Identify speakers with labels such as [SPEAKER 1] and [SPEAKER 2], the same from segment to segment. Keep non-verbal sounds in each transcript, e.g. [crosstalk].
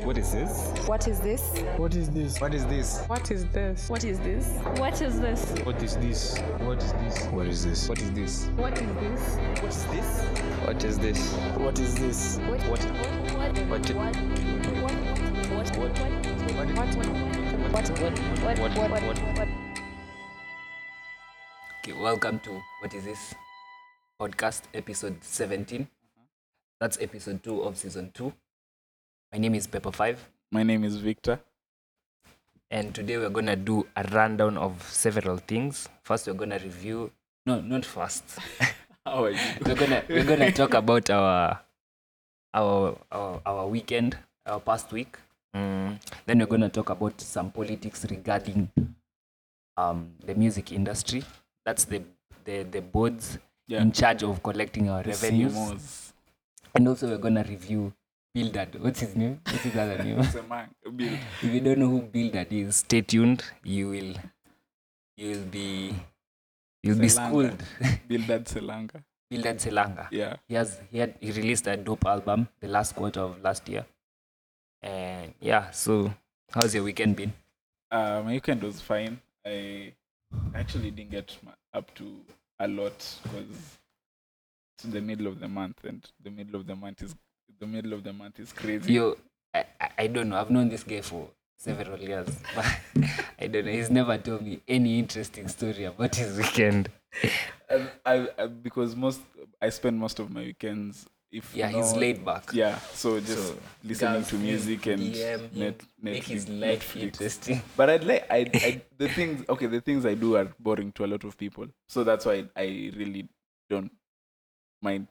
[SPEAKER 1] What is this?
[SPEAKER 2] What is this?
[SPEAKER 3] What is this?
[SPEAKER 1] What is this?
[SPEAKER 4] What is this?
[SPEAKER 2] What is this?
[SPEAKER 5] What is this?
[SPEAKER 3] What is this? What is this?
[SPEAKER 1] What is this? What is this?
[SPEAKER 2] What is this?
[SPEAKER 1] What is this? What is this?
[SPEAKER 3] What is this?
[SPEAKER 2] What?
[SPEAKER 1] What?
[SPEAKER 5] What?
[SPEAKER 1] What? What?
[SPEAKER 5] What? What? What?
[SPEAKER 2] What? What? What?
[SPEAKER 5] What?
[SPEAKER 1] What?
[SPEAKER 5] What?
[SPEAKER 1] What?
[SPEAKER 5] What?
[SPEAKER 6] Okay, welcome to what is this podcast episode 17. That's episode 2 of season 2. My name is Pepper 5,
[SPEAKER 3] My name is Victor.
[SPEAKER 6] and today we're gonna do a rundown of several things. First, we're gonna review, no, not first,
[SPEAKER 3] [laughs] How are you?
[SPEAKER 6] we're gonna we're gonna talk about our our our, our weekend, our past week. Mm. Then we're gonna talk about some politics regarding um, the music industry. That's the the, the boards
[SPEAKER 3] Yeah.
[SPEAKER 6] in charge of collecting our revenues.
[SPEAKER 3] CMOs.
[SPEAKER 6] And also we're gonna review Bildad. What's his name? What's his other name?
[SPEAKER 3] It's a man. Bill.
[SPEAKER 6] if you don't know who Bildad is, stay tuned. You will you will be you'll be [laughs]
[SPEAKER 3] Selanga.
[SPEAKER 6] schooled.
[SPEAKER 3] Bildad Selanga.
[SPEAKER 6] Bildad Selanga
[SPEAKER 3] Yeah.
[SPEAKER 6] he has he had he released a dope album the last quarter of last year and yeah so how's your weekend been
[SPEAKER 3] Uh, my weekend was fine. I actually didn't get mu- up to a lot because it's the middle of the month, and the middle of the month is the middle of the month is crazy.
[SPEAKER 6] yo I, I, I don't know i've known this guy for several years [laughs] but i don't know he's never told me any interesting story about his weekend
[SPEAKER 3] I, I, I, because most I spend most of my weekends if
[SPEAKER 6] yeah he's
[SPEAKER 3] not-
[SPEAKER 6] laid back
[SPEAKER 3] Yeah, so just
[SPEAKER 6] So,
[SPEAKER 3] listening
[SPEAKER 6] Guys,
[SPEAKER 3] to
[SPEAKER 6] please
[SPEAKER 3] music and
[SPEAKER 6] DM him,
[SPEAKER 3] net, Netflix.
[SPEAKER 6] make his life
[SPEAKER 3] Netflix.
[SPEAKER 6] interesting [laughs]
[SPEAKER 3] But I'd like I, I the things okay the things I do are boring to a lot of people, so that's why I really don't mind.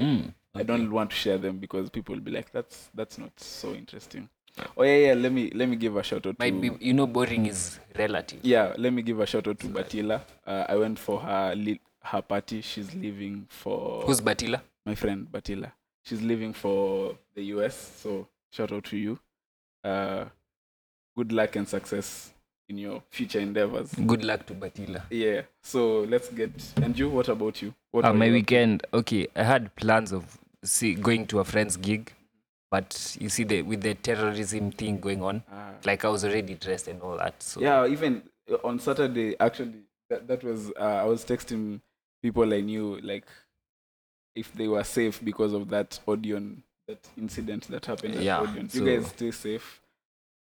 [SPEAKER 6] Mm,
[SPEAKER 3] I don't want to share them because people will be like, "That's that's not so interesting." Oh yeah, yeah. Let me let me give a shout out.
[SPEAKER 6] might
[SPEAKER 3] to,
[SPEAKER 6] be you know boring is relative
[SPEAKER 3] yeah, let me give a shout out to Batila. Uh, I went for her li- her party. She's leaving for
[SPEAKER 6] who's batila
[SPEAKER 3] my friend Batila. She's leaving for the US, so shout out to you. Uh, good luck and success in your future endeavors.
[SPEAKER 6] good luck to batila
[SPEAKER 3] Yeah. So let's get. And you, what about you? What
[SPEAKER 6] Uh,
[SPEAKER 3] are
[SPEAKER 6] my
[SPEAKER 3] you-
[SPEAKER 6] weekend, okay, I had plans of see going to a friend's gig, but you see the with the terrorism thing going on,
[SPEAKER 3] Ah.
[SPEAKER 6] like I was already dressed and all that. So
[SPEAKER 3] yeah. Even uh, on Saturday, actually, that that was uh, I was texting people I knew like if they were safe because of that Odeon that incident that happened at
[SPEAKER 6] Yeah,
[SPEAKER 3] Odeon.
[SPEAKER 6] so-
[SPEAKER 3] you guys stay safe.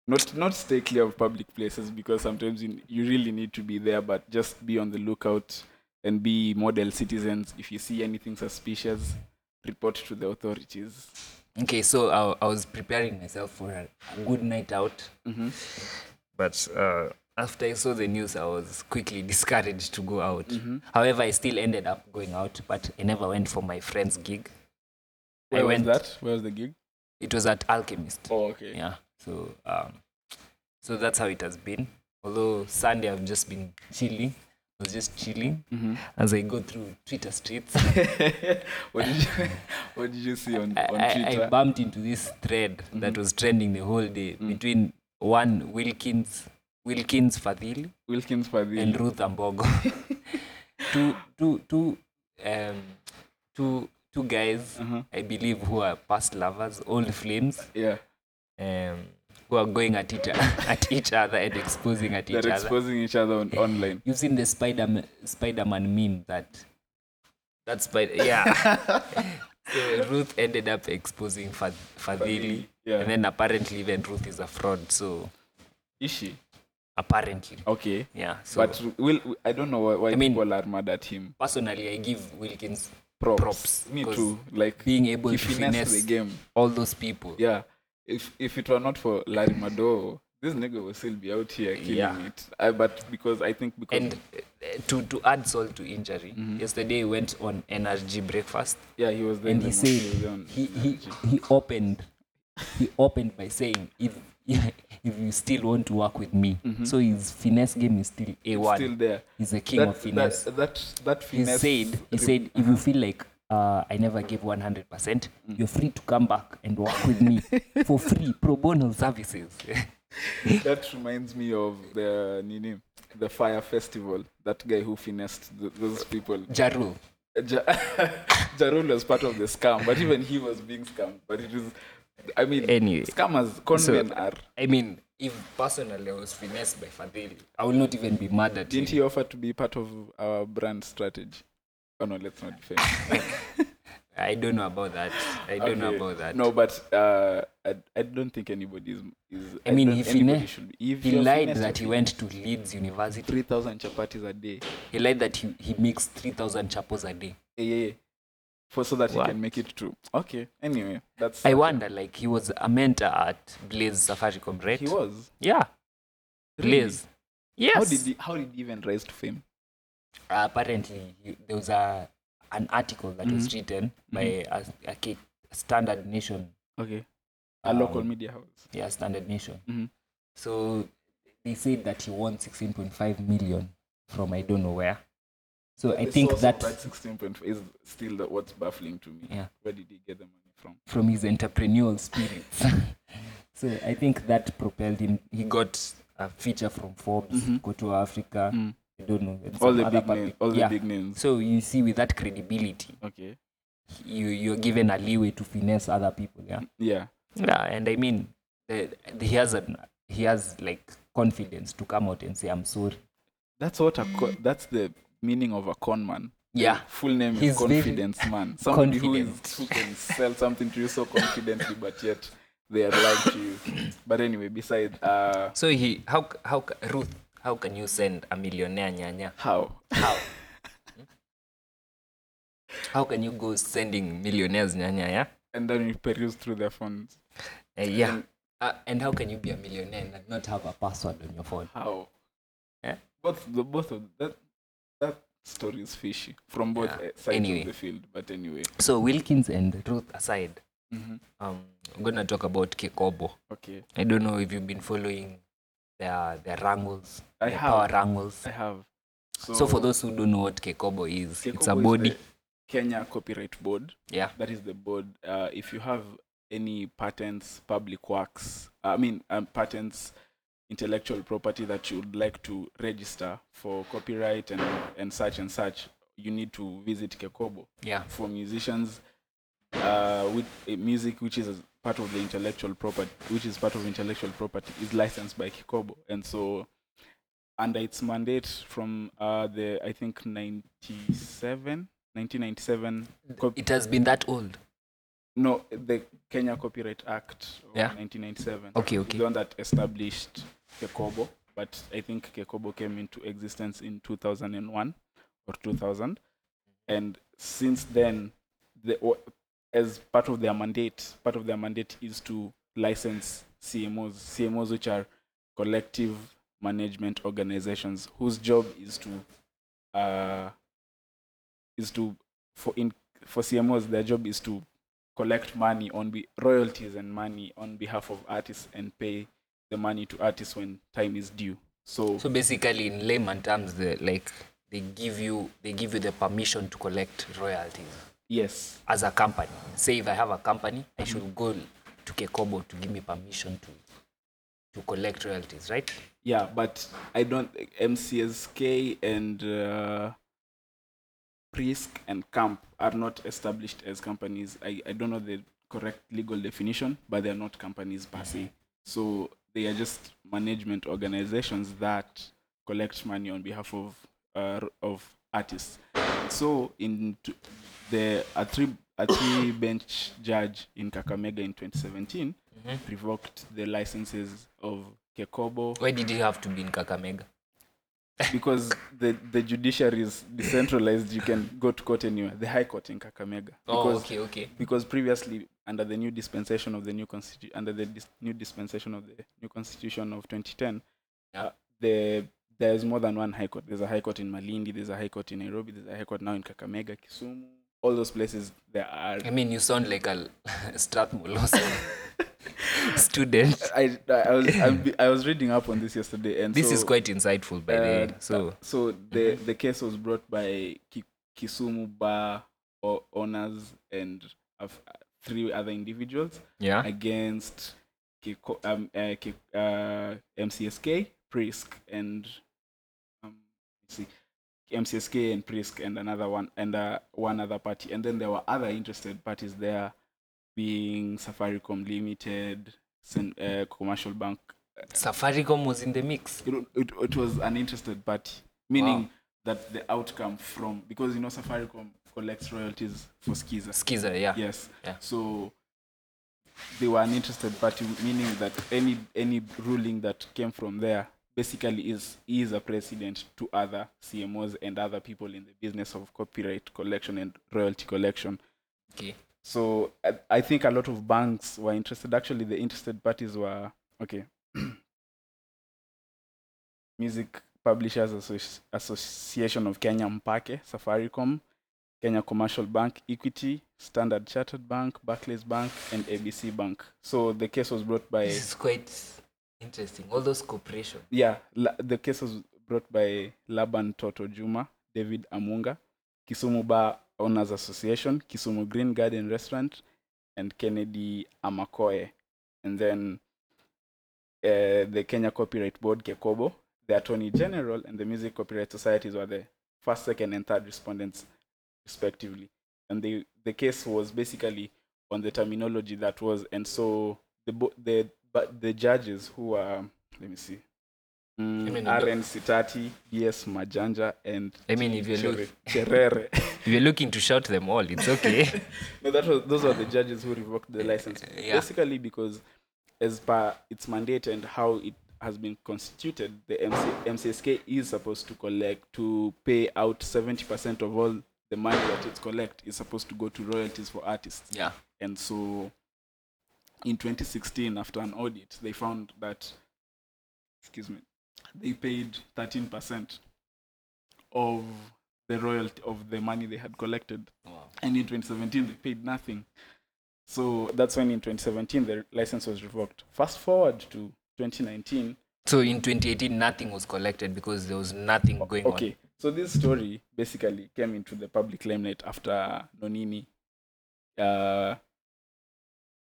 [SPEAKER 3] Not not stay clear of public places because sometimes you, you really need to be there, but just be on the lookout and be model citizens. If you see anything suspicious, report to the authorities.
[SPEAKER 6] okay, so I, I was preparing myself for a, a good night out,
[SPEAKER 3] Mhm.
[SPEAKER 6] but uh, after I saw the news, I was quickly [laughs] discouraged to go out.
[SPEAKER 3] Mm-hmm.
[SPEAKER 6] However, I still ended up going out, but I never went for my friend's gig.
[SPEAKER 3] Where
[SPEAKER 6] I
[SPEAKER 3] was
[SPEAKER 6] went.
[SPEAKER 3] that? Where was the gig?
[SPEAKER 6] It was at Alchemist.
[SPEAKER 3] Oh, okay.
[SPEAKER 6] yeah so um so that's how it has been although sunday i've just been chilling i was just chilling
[SPEAKER 3] Mm-hmm.
[SPEAKER 6] as i go through twitter
[SPEAKER 3] [laughs]
[SPEAKER 6] streets
[SPEAKER 3] what did you [laughs] What did you see on,
[SPEAKER 6] I,
[SPEAKER 3] on
[SPEAKER 6] I, I
[SPEAKER 3] Twitter? Mm-hmm. Mm.
[SPEAKER 6] bumped into this thread that was trending the whole day between one wilkins wilkins fadhili
[SPEAKER 3] Wilkins Fadhili.
[SPEAKER 6] and ruth
[SPEAKER 3] [laughs]
[SPEAKER 6] ambogo two two two um two two guys
[SPEAKER 3] Uh-huh.
[SPEAKER 6] i believe who are past lovers old flames
[SPEAKER 3] yeah,
[SPEAKER 6] um who are going at each [laughs] at each other and exposing at each
[SPEAKER 3] they're
[SPEAKER 6] other
[SPEAKER 3] exposing each other
[SPEAKER 6] [laughs]
[SPEAKER 3] on, online.
[SPEAKER 6] You've seen the Spider Spider-Man meme that that spider
[SPEAKER 3] [laughs]
[SPEAKER 6] yeah. so Ruth ended up exposing Fad- Fadhili,
[SPEAKER 3] yeah.
[SPEAKER 6] and then apparently even Ruth is a fraud. So
[SPEAKER 3] Is she
[SPEAKER 6] apparently,
[SPEAKER 3] okay?
[SPEAKER 6] yeah. So
[SPEAKER 3] But will I don't know why, why
[SPEAKER 6] I mean-
[SPEAKER 3] people are mad at him.
[SPEAKER 6] personally, I give Wilkins
[SPEAKER 3] Props.
[SPEAKER 6] Props,
[SPEAKER 3] Me
[SPEAKER 6] 'cause
[SPEAKER 3] too. Like
[SPEAKER 6] being able
[SPEAKER 3] he
[SPEAKER 6] to
[SPEAKER 3] finessed
[SPEAKER 6] finesse
[SPEAKER 3] the game.
[SPEAKER 6] all those people.
[SPEAKER 3] Yeah. If if it were not for Larry Madow, this nigga would still be out here killing
[SPEAKER 6] Yeah.
[SPEAKER 3] it. I, but because I think because
[SPEAKER 6] And uh, to to add salt to injury,
[SPEAKER 3] Mm-hmm.
[SPEAKER 6] yesterday we went on NRG breakfast.
[SPEAKER 3] yeah, he was there.
[SPEAKER 6] and
[SPEAKER 3] in
[SPEAKER 6] he
[SPEAKER 3] the morning,
[SPEAKER 6] said
[SPEAKER 3] was there on-
[SPEAKER 6] he, he, he opened he opened by saying if [laughs] if you still want to work with me so his finesse game is still a1
[SPEAKER 3] Mm-hmm. still there.
[SPEAKER 6] he's a king
[SPEAKER 3] that,
[SPEAKER 6] of finesse
[SPEAKER 3] That that, that
[SPEAKER 6] he
[SPEAKER 3] finesse.
[SPEAKER 6] said he
[SPEAKER 3] rep-
[SPEAKER 6] said if you feel like uh, I never gave 100%. percent
[SPEAKER 3] Mm.
[SPEAKER 6] You're free to come back and work with
[SPEAKER 3] [laughs]
[SPEAKER 6] me for free pro bono services.
[SPEAKER 3] that reminds me of the Nini, the fire festival. That guy who finessed th- those people.
[SPEAKER 6] Jarul.
[SPEAKER 3] [laughs] Ja- Jarul was part of the scam, but even he was being scammed. But it was I mean,
[SPEAKER 6] Anyway.
[SPEAKER 3] scammers, con
[SPEAKER 6] So-
[SPEAKER 3] men are.
[SPEAKER 6] I mean, if personally I was finessed by Fadhili, I will not even be mad at
[SPEAKER 3] Didn't
[SPEAKER 6] him.
[SPEAKER 3] he offer to be part of our brand strategy? Oh no, let's not defend.
[SPEAKER 6] I don't know about that. I don't know
[SPEAKER 3] Okay.
[SPEAKER 6] about that.
[SPEAKER 3] No, but uh, I, I don't think anybody is. is
[SPEAKER 6] I mean,
[SPEAKER 3] don't-
[SPEAKER 6] he
[SPEAKER 3] anybody
[SPEAKER 6] finesse-
[SPEAKER 3] should be. If
[SPEAKER 6] He
[SPEAKER 3] you're
[SPEAKER 6] lied
[SPEAKER 3] finessed,
[SPEAKER 6] that he
[SPEAKER 3] you
[SPEAKER 6] went to Leeds University.
[SPEAKER 3] three thousand chapatis a day.
[SPEAKER 6] He lied that he, he makes 3,000 chapos a day.
[SPEAKER 3] Yeah, yeah, yeah. For so that he
[SPEAKER 6] What?
[SPEAKER 3] can make it true. Okay. Anyway, that's.
[SPEAKER 6] I wonder, like, he was a mentor at Blaze Safaricom, right?
[SPEAKER 3] He was.
[SPEAKER 6] Yeah,
[SPEAKER 3] Really?
[SPEAKER 6] Blaze. Yes.
[SPEAKER 3] How did he? How did he even rise to fame?
[SPEAKER 6] apparently you- there was a an article that was
[SPEAKER 3] Mm-hmm.
[SPEAKER 6] written by a, a, K- standard nation
[SPEAKER 3] Okay. A local
[SPEAKER 6] um, mm-hmm.
[SPEAKER 3] media house.
[SPEAKER 6] yeah standard nation
[SPEAKER 3] Mhm.
[SPEAKER 6] so they said that he won 16.5 million from i don't know where so i
[SPEAKER 3] The
[SPEAKER 6] think
[SPEAKER 3] source
[SPEAKER 6] that
[SPEAKER 3] of that sixteen point is still the, what's baffling to me.
[SPEAKER 6] Yeah.
[SPEAKER 3] Where did he get the money from?
[SPEAKER 6] from his entrepreneurial spirit [laughs] so i think that propelled him he got a feature from forbes
[SPEAKER 3] Mhm.
[SPEAKER 6] go to africa
[SPEAKER 3] Mm.
[SPEAKER 6] i don't know and
[SPEAKER 3] All
[SPEAKER 6] some
[SPEAKER 3] the
[SPEAKER 6] other
[SPEAKER 3] big names.
[SPEAKER 6] public-
[SPEAKER 3] All
[SPEAKER 6] yeah.
[SPEAKER 3] the big names.
[SPEAKER 6] so you see with that credibility
[SPEAKER 3] Okay.
[SPEAKER 6] you you're given a leeway to finesse other people yeah
[SPEAKER 3] Yeah.
[SPEAKER 6] yeah and i mean the, the, he has an he has like confidence to come out and say i'm sorry
[SPEAKER 3] That's what a co- that's the meaning of a con man.
[SPEAKER 6] yeah
[SPEAKER 3] Full name
[SPEAKER 6] Ah. He's
[SPEAKER 3] is
[SPEAKER 6] very
[SPEAKER 3] confidence
[SPEAKER 6] [laughs]
[SPEAKER 3] man. Somebody who
[SPEAKER 6] confident.
[SPEAKER 3] is who can sell something to you so confidently, but yet they are lying to you. But anyway, beside uh,
[SPEAKER 6] so he how c- how c- ruth how can you send a millionaire nyanya
[SPEAKER 3] how
[SPEAKER 6] how how can you go sending millionaires nyanya yeah
[SPEAKER 3] and then you peruse through their phones.
[SPEAKER 6] Eh, yeah uh, and how can you be a millionaire and not have a password on your phone
[SPEAKER 3] How?
[SPEAKER 6] Eh?
[SPEAKER 3] Both the both of that that story is fishy from both
[SPEAKER 6] Yeah.
[SPEAKER 3] eh, sides
[SPEAKER 6] Anyway.
[SPEAKER 3] of the field. But anyway,
[SPEAKER 6] so wilkins and ruth aside
[SPEAKER 3] Mhm.
[SPEAKER 6] um i'm gonna talk about kikobo
[SPEAKER 3] okay,
[SPEAKER 6] I don't know if you've been following their their wrangles,
[SPEAKER 3] I
[SPEAKER 6] their
[SPEAKER 3] have.
[SPEAKER 6] power wrangles.
[SPEAKER 3] I have. So,
[SPEAKER 6] So, for those who don't know what Kekobo is,
[SPEAKER 3] Kekobo
[SPEAKER 6] it's a
[SPEAKER 3] is
[SPEAKER 6] body.
[SPEAKER 3] the Kenya Copyright Board.
[SPEAKER 6] Yeah.
[SPEAKER 3] that is the board. Uh, if you have any patents, public works, I mean um, patents, intellectual property that you would like to register for copyright and, and such and such, you need to visit Kekobo
[SPEAKER 6] Yeah.
[SPEAKER 3] for musicians uh, with uh, music which is part of the intellectual property which is part of intellectual property is licensed by Kikobo and so under its mandate from uh, the I think 97 1997 cop-
[SPEAKER 6] It has been that old.
[SPEAKER 3] no the Kenya Copyright Act of
[SPEAKER 6] Yeah.
[SPEAKER 3] 1997
[SPEAKER 6] Okay,
[SPEAKER 3] is
[SPEAKER 6] okay.
[SPEAKER 3] the one that established Kekobo but I think Kekobo came into existence in 2001 or 2000 and since then the, o- as part of their mandate part of their mandate is to license cmos cmos which are collective management organizations whose job is to uh, is to for in for cmos their job is to collect money on be, royalties and money on behalf of artists and pay the money to artists when time is due so
[SPEAKER 6] So basically, in layman terms, the, like they give you they give you the permission to collect royalties
[SPEAKER 3] yes
[SPEAKER 6] as a company. Say if I have a company, I should go to Kekobo to give me permission to to collect royalties, right?
[SPEAKER 3] Yeah, but I don't. MCSK and uh, Prisk and Camp are not established as companies. I, I don't know the correct legal definition, but they are not companies per se. So they are just management organizations that collect money on behalf of uh, of artists. So in t- the a three a three [coughs] bench judge in Kakamega in 2017 revoked the licenses of Kekobo,
[SPEAKER 6] Why did you have to be in Kakamega?
[SPEAKER 3] because the, the judiciary is decentralized you can go to court anywhere the high court in kakamega
[SPEAKER 6] Oh,
[SPEAKER 3] because,
[SPEAKER 6] okay, okay.
[SPEAKER 3] because previously under the new dispensation of the new constitu- under the dis- new dispensation of the new constitution of 2010
[SPEAKER 6] Yeah.
[SPEAKER 3] the there's more than one high court there's a high court in malindi there's a high court in nairobi there's a high court now in kakamega kisumu all those places there are
[SPEAKER 6] I mean, you sound like a [laughs] Strathmore Law [laughs] School student.
[SPEAKER 3] I, I, I was I'm be- I was reading up on this yesterday and
[SPEAKER 6] This is
[SPEAKER 3] so-
[SPEAKER 6] quite insightful, by the way.
[SPEAKER 3] Uh,
[SPEAKER 6] So, mm-hmm.
[SPEAKER 3] so the the case was brought by Ki- Kisumu Bar o- owners and of uh, three other individuals
[SPEAKER 6] yeah.
[SPEAKER 3] against Kiko, um, uh, Ki- uh, MCSK, Prisk, and um, let's see, MCSK and Prisk, and another one, and uh, one other party, and then there were other interested parties there, being Safaricom Limited, Sen- uh, Commercial Bank.
[SPEAKER 6] Safaricom was in the mix.
[SPEAKER 3] It, it, it was an interested party, meaning that the outcome from because you know Safaricom collects royalties for Skiza.
[SPEAKER 6] Skiza, yeah.
[SPEAKER 3] Yes.
[SPEAKER 6] Yeah.
[SPEAKER 3] So they were an interested party, meaning that any any ruling that came from there basically is is a precedent to other CMOs and other people in the business of copyright collection and royalty collection.
[SPEAKER 6] Okay.
[SPEAKER 3] So I, I think a lot of banks were interested. Actually, the interested parties were okay. [clears throat] Music Publishers Associ- Association of Kenya Mpake, Safaricom, Kenya Commercial Bank, Equity, Standard Chartered Bank, Barclays Bank, and ABC Bank. So the case was brought by
[SPEAKER 6] This is quite interesting. All those corporations.
[SPEAKER 3] yeah, la, the case was brought by Laban Toto Juma, David Amunga, Kisumu Bar Owners Association, Kisumu Green Garden Restaurant, and Kennedy Amakoe. And then uh, the Kenya Copyright Board, Kekobo, the Attorney General, and the Music Copyright Societies were the first, second, and third respondents, respectively. And the, the case was basically on the terminology that was, and so the bo- the but the judges who are let me see, mm,
[SPEAKER 6] mean,
[SPEAKER 3] Aaron Sitati, DS Majanja, and
[SPEAKER 6] I mean, if you look,
[SPEAKER 3] Chere- Cherere.
[SPEAKER 6] [laughs] if you're looking to shout them all, it's okay.
[SPEAKER 3] no, that was those were the judges who revoked the license.
[SPEAKER 6] [laughs] Yeah.
[SPEAKER 3] Basically, because as per its mandate and how it has been constituted, the MC, MCSK is supposed to collect to pay out seventy percent of all the money that it collect is supposed to go to royalties for
[SPEAKER 6] [laughs]
[SPEAKER 3] artists.
[SPEAKER 6] yeah.
[SPEAKER 3] And so in 2016, after an audit, they found that, excuse me, they paid 13% of the royalty of the money they had collected.
[SPEAKER 6] Wow.
[SPEAKER 3] And in 2017, they paid nothing. So that's when in 2017, the license was revoked. Fast forward to 2019.
[SPEAKER 6] So in 2018, nothing was collected because there was nothing going
[SPEAKER 3] Okay, so this story basically came into the public limelight after Nonini uh,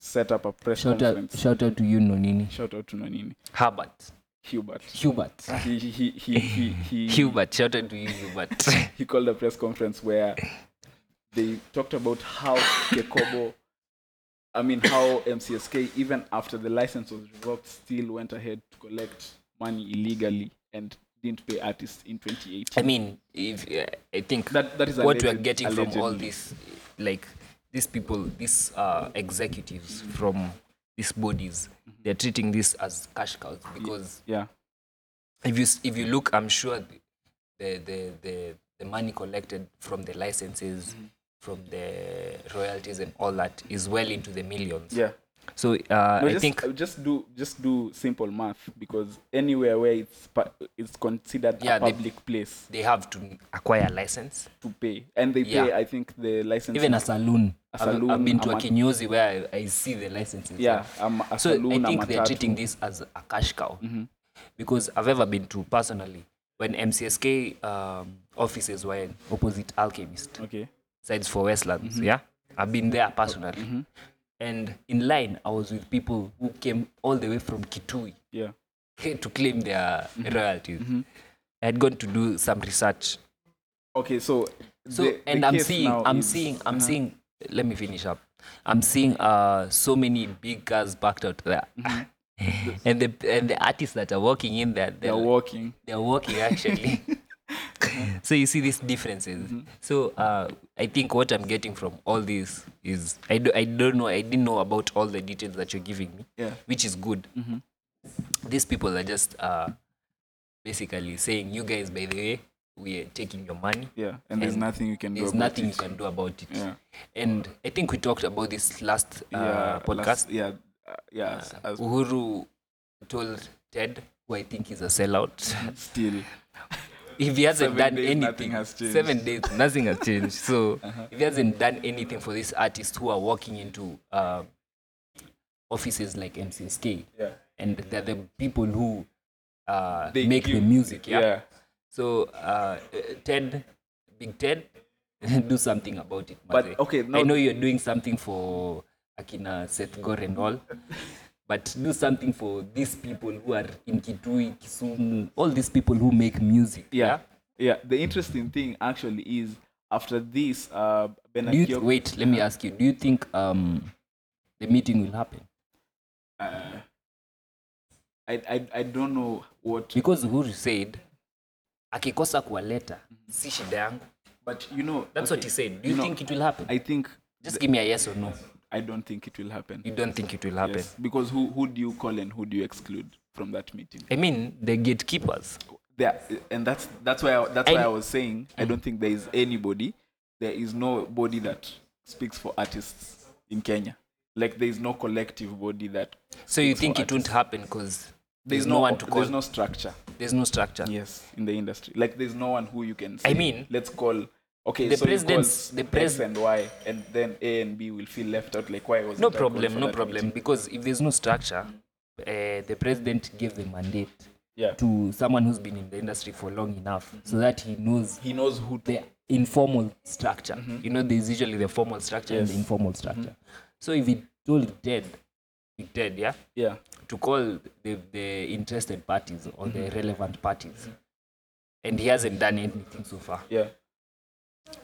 [SPEAKER 3] set up a
[SPEAKER 6] on.
[SPEAKER 3] press conference.
[SPEAKER 6] shout out to you, Nonini.
[SPEAKER 3] shout out to Nonini
[SPEAKER 6] Hubert.
[SPEAKER 3] Hubert.
[SPEAKER 6] Hubert.
[SPEAKER 3] He he he he he, he,
[SPEAKER 6] Hubert. Shout out to you, [laughs] Hubert.
[SPEAKER 3] he called a press conference where they talked about how Kekobo, I mean how MCSK, even after the license was revoked, still went ahead to collect money illegally and didn't pay artists in 2018.
[SPEAKER 6] I mean, if uh, I think
[SPEAKER 3] That- that is
[SPEAKER 6] what we are
[SPEAKER 3] alleged-
[SPEAKER 6] getting from all
[SPEAKER 3] allegedly.
[SPEAKER 6] this, like these people, these uh, executives from these bodies, they're treating this as cash cows because
[SPEAKER 3] Mm-hmm. yeah,
[SPEAKER 6] if you s- if you look, I'm sure the the the the, the money collected from the licenses,
[SPEAKER 3] Mm-hmm.
[SPEAKER 6] from the royalties and all that is well into the millions.
[SPEAKER 3] yeah.
[SPEAKER 6] So uh,
[SPEAKER 3] No,
[SPEAKER 6] I
[SPEAKER 3] just,
[SPEAKER 6] think
[SPEAKER 3] just do just do simple math because anywhere where it's pa- it's considered
[SPEAKER 6] Yeah,
[SPEAKER 3] a
[SPEAKER 6] they-
[SPEAKER 3] public place
[SPEAKER 6] they have to acquire a license.
[SPEAKER 3] to pay, and they pay.
[SPEAKER 6] Yeah.
[SPEAKER 3] I think the license
[SPEAKER 6] Even a saloon.
[SPEAKER 3] A
[SPEAKER 6] I've- I've
[SPEAKER 3] saloon,
[SPEAKER 6] been to
[SPEAKER 3] a
[SPEAKER 6] a
[SPEAKER 3] mat-
[SPEAKER 6] kinyozi where I, I see the licenses.
[SPEAKER 3] yeah, um, a
[SPEAKER 6] So
[SPEAKER 3] saloon,
[SPEAKER 6] I
[SPEAKER 3] a
[SPEAKER 6] think they're
[SPEAKER 3] matatu. Mm-hmm.
[SPEAKER 6] treating this as a cash cow because I've ever been to personally when MCSK um, offices were opposite Alchemist
[SPEAKER 3] Okay.
[SPEAKER 6] sides for Westlands.
[SPEAKER 3] Mm-hmm.
[SPEAKER 6] Yeah, I've been there personally, and in line I was with people who came all the way from Kitui [laughs]
[SPEAKER 3] Yeah.
[SPEAKER 6] to claim their
[SPEAKER 3] Mm-hmm.
[SPEAKER 6] royalties. I had gone to do some research,
[SPEAKER 3] Okay, so
[SPEAKER 6] so
[SPEAKER 3] the- the
[SPEAKER 6] and I'm
[SPEAKER 3] case
[SPEAKER 6] seeing,
[SPEAKER 3] now
[SPEAKER 6] I'm
[SPEAKER 3] is-
[SPEAKER 6] seeing, I'm
[SPEAKER 3] uh-huh.
[SPEAKER 6] seeing. Let me finish up. I'm seeing uh, so many big guys backed out there. [laughs] And the and the artists that are walking in there,
[SPEAKER 3] Mm-hmm. they're
[SPEAKER 6] they're
[SPEAKER 3] walking.
[SPEAKER 6] they're working actually
[SPEAKER 3] [laughs]
[SPEAKER 6] [laughs] so you see these differences
[SPEAKER 3] Mm-hmm.
[SPEAKER 6] so uh, i think what i'm getting from all this is I, do, I don't know i didn't know about all the details that you're giving me
[SPEAKER 3] Yeah. Mm-hmm.
[SPEAKER 6] which is good these people are just uh, basically saying you guys by the way we're taking your money
[SPEAKER 3] Yeah, and there's
[SPEAKER 6] And
[SPEAKER 3] nothing you can do.
[SPEAKER 6] there's
[SPEAKER 3] about
[SPEAKER 6] nothing you
[SPEAKER 3] it.
[SPEAKER 6] can do about it
[SPEAKER 3] Yeah.
[SPEAKER 6] and i think we talked about this last uh,
[SPEAKER 3] yeah,
[SPEAKER 6] podcast
[SPEAKER 3] last- yeah, uh, yeah. as- as
[SPEAKER 6] uhuru told ted who i think is a sellout [laughs]
[SPEAKER 3] still,
[SPEAKER 6] if he hasn't
[SPEAKER 3] Seven
[SPEAKER 6] done
[SPEAKER 3] days,
[SPEAKER 6] anything,
[SPEAKER 3] nothing has changed. Uh-huh.
[SPEAKER 6] seven days, nothing has changed.
[SPEAKER 3] [laughs]
[SPEAKER 6] So if he hasn't done anything for these artists who are walking into uh, offices like MCSK,
[SPEAKER 3] Yeah.
[SPEAKER 6] and they're the people who uh,
[SPEAKER 3] They
[SPEAKER 6] make the
[SPEAKER 3] give-
[SPEAKER 6] music, yeah.
[SPEAKER 3] yeah.
[SPEAKER 6] So uh, uh, Ted, Big Ted, [laughs] do something about it.
[SPEAKER 3] But,
[SPEAKER 6] Maze.
[SPEAKER 3] okay,
[SPEAKER 6] I
[SPEAKER 3] now-
[SPEAKER 6] know you're doing something for Akina Seth Gore and all. But do something for these people who are in Kitui, Kisumu, all these people who make music.
[SPEAKER 3] yeah, yeah, The interesting thing actually is after this, uh,
[SPEAKER 6] do you
[SPEAKER 3] Benakio,
[SPEAKER 6] wait let me ask you do you think um the meeting will happen
[SPEAKER 3] Uh, I, I, I don't know what,
[SPEAKER 6] because uhuru said akikosa kuwaleta si shida yangu
[SPEAKER 3] but you know,
[SPEAKER 6] that's what he
[SPEAKER 3] okay,
[SPEAKER 6] said do you
[SPEAKER 3] know,
[SPEAKER 6] think it will happen
[SPEAKER 3] I think
[SPEAKER 6] just give me a yes or no
[SPEAKER 3] I don't think it will happen.
[SPEAKER 6] you don't think it will happen
[SPEAKER 3] Yes, because who who do you call and who do you exclude from that meeting?
[SPEAKER 6] i mean the gatekeepers
[SPEAKER 3] There, and that's that's why I, that's why
[SPEAKER 6] And-
[SPEAKER 3] I was saying I don't think there is anybody. There is no body that speaks for artists in Kenya. Like there is no collective body that
[SPEAKER 6] so you
[SPEAKER 3] speaks
[SPEAKER 6] think
[SPEAKER 3] for
[SPEAKER 6] it won't happen because
[SPEAKER 3] there's
[SPEAKER 6] there's no one to call
[SPEAKER 3] there's no structure.
[SPEAKER 6] there's no structure
[SPEAKER 3] Yes, in the industry, like there's no one who you can. Say,
[SPEAKER 6] I mean-
[SPEAKER 3] let's call. Okay,
[SPEAKER 6] The
[SPEAKER 3] so you call
[SPEAKER 6] president's- the pres-
[SPEAKER 3] X and Y, and then A and B will feel left out. Like why was
[SPEAKER 6] no problem no problem because if there's no structure uh, the president gave the mandate
[SPEAKER 3] Yeah,
[SPEAKER 6] to someone who's been in the industry for long enough so that he knows
[SPEAKER 3] he knows who to
[SPEAKER 6] the informal structure you know there's usually the formal structure and the
[SPEAKER 3] Mm-hmm.
[SPEAKER 6] informal
[SPEAKER 3] Yes. Mm-hmm.
[SPEAKER 6] structure so if he told ted ted yeah
[SPEAKER 3] Yeah,
[SPEAKER 6] to call the, the interested parties or the
[SPEAKER 3] Mm-hmm.
[SPEAKER 6] relevant parties and he hasn't done anything so far
[SPEAKER 3] yeah.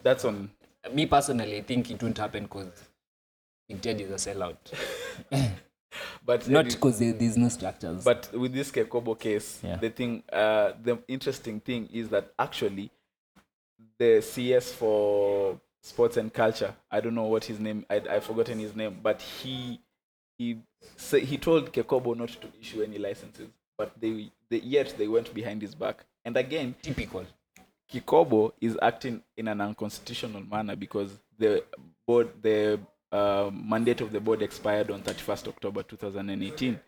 [SPEAKER 3] That's on.
[SPEAKER 6] me personally i think it won't happen because ted is a sellout
[SPEAKER 3] [laughs] But
[SPEAKER 6] not
[SPEAKER 3] then-
[SPEAKER 6] because there, there's no structures
[SPEAKER 3] But with this Kekobo case,
[SPEAKER 6] Yeah.
[SPEAKER 3] the thing, uh, the interesting thing is that actually, the CS for sports and culture, I don't know what his name, I, I've forgotten his name, but he he say, he told Kekobo not to issue any licenses, but they, they yet they went behind his back. And again,
[SPEAKER 6] typical
[SPEAKER 3] Kikobo is acting in an unconstitutional manner because the board, the uh, mandate of the board expired on 31st October 2018,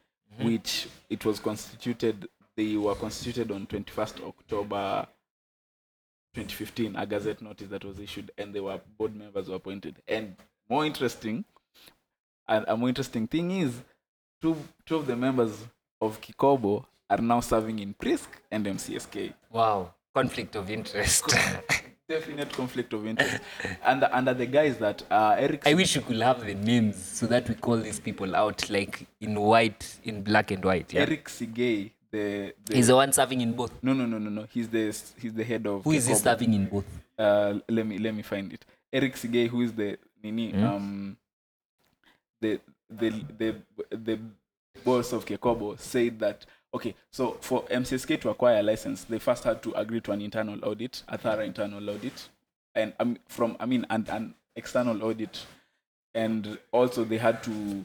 [SPEAKER 3] which it was constituted. They were constituted on 21st October 2015, a gazette notice that was issued, and they were board members were appointed. And more interesting, and a more interesting thing is, two two of the members of Kikobo are now serving in Prisk and MCSK
[SPEAKER 6] wow conflict of
[SPEAKER 3] [laughs]
[SPEAKER 6] interest [laughs]
[SPEAKER 3] definite conflict of interest [laughs] under under the guys that uh eric
[SPEAKER 6] i wish you could have the names so that we call these people out like in white in black and white yeah
[SPEAKER 3] eric sigay the, the
[SPEAKER 6] he's the one serving in both
[SPEAKER 3] no no no no no he's the s- he's the head of
[SPEAKER 6] who
[SPEAKER 3] the
[SPEAKER 6] is he
[SPEAKER 3] corp-
[SPEAKER 6] serving in both
[SPEAKER 3] uh let me let me find it eric sigay who is the nini um the the the the boss of kekobo said that okay so for mcsk to acquire a license they first had to agree to an internal audit a thorough internal audit and um, from i mean and an external audit and also they had to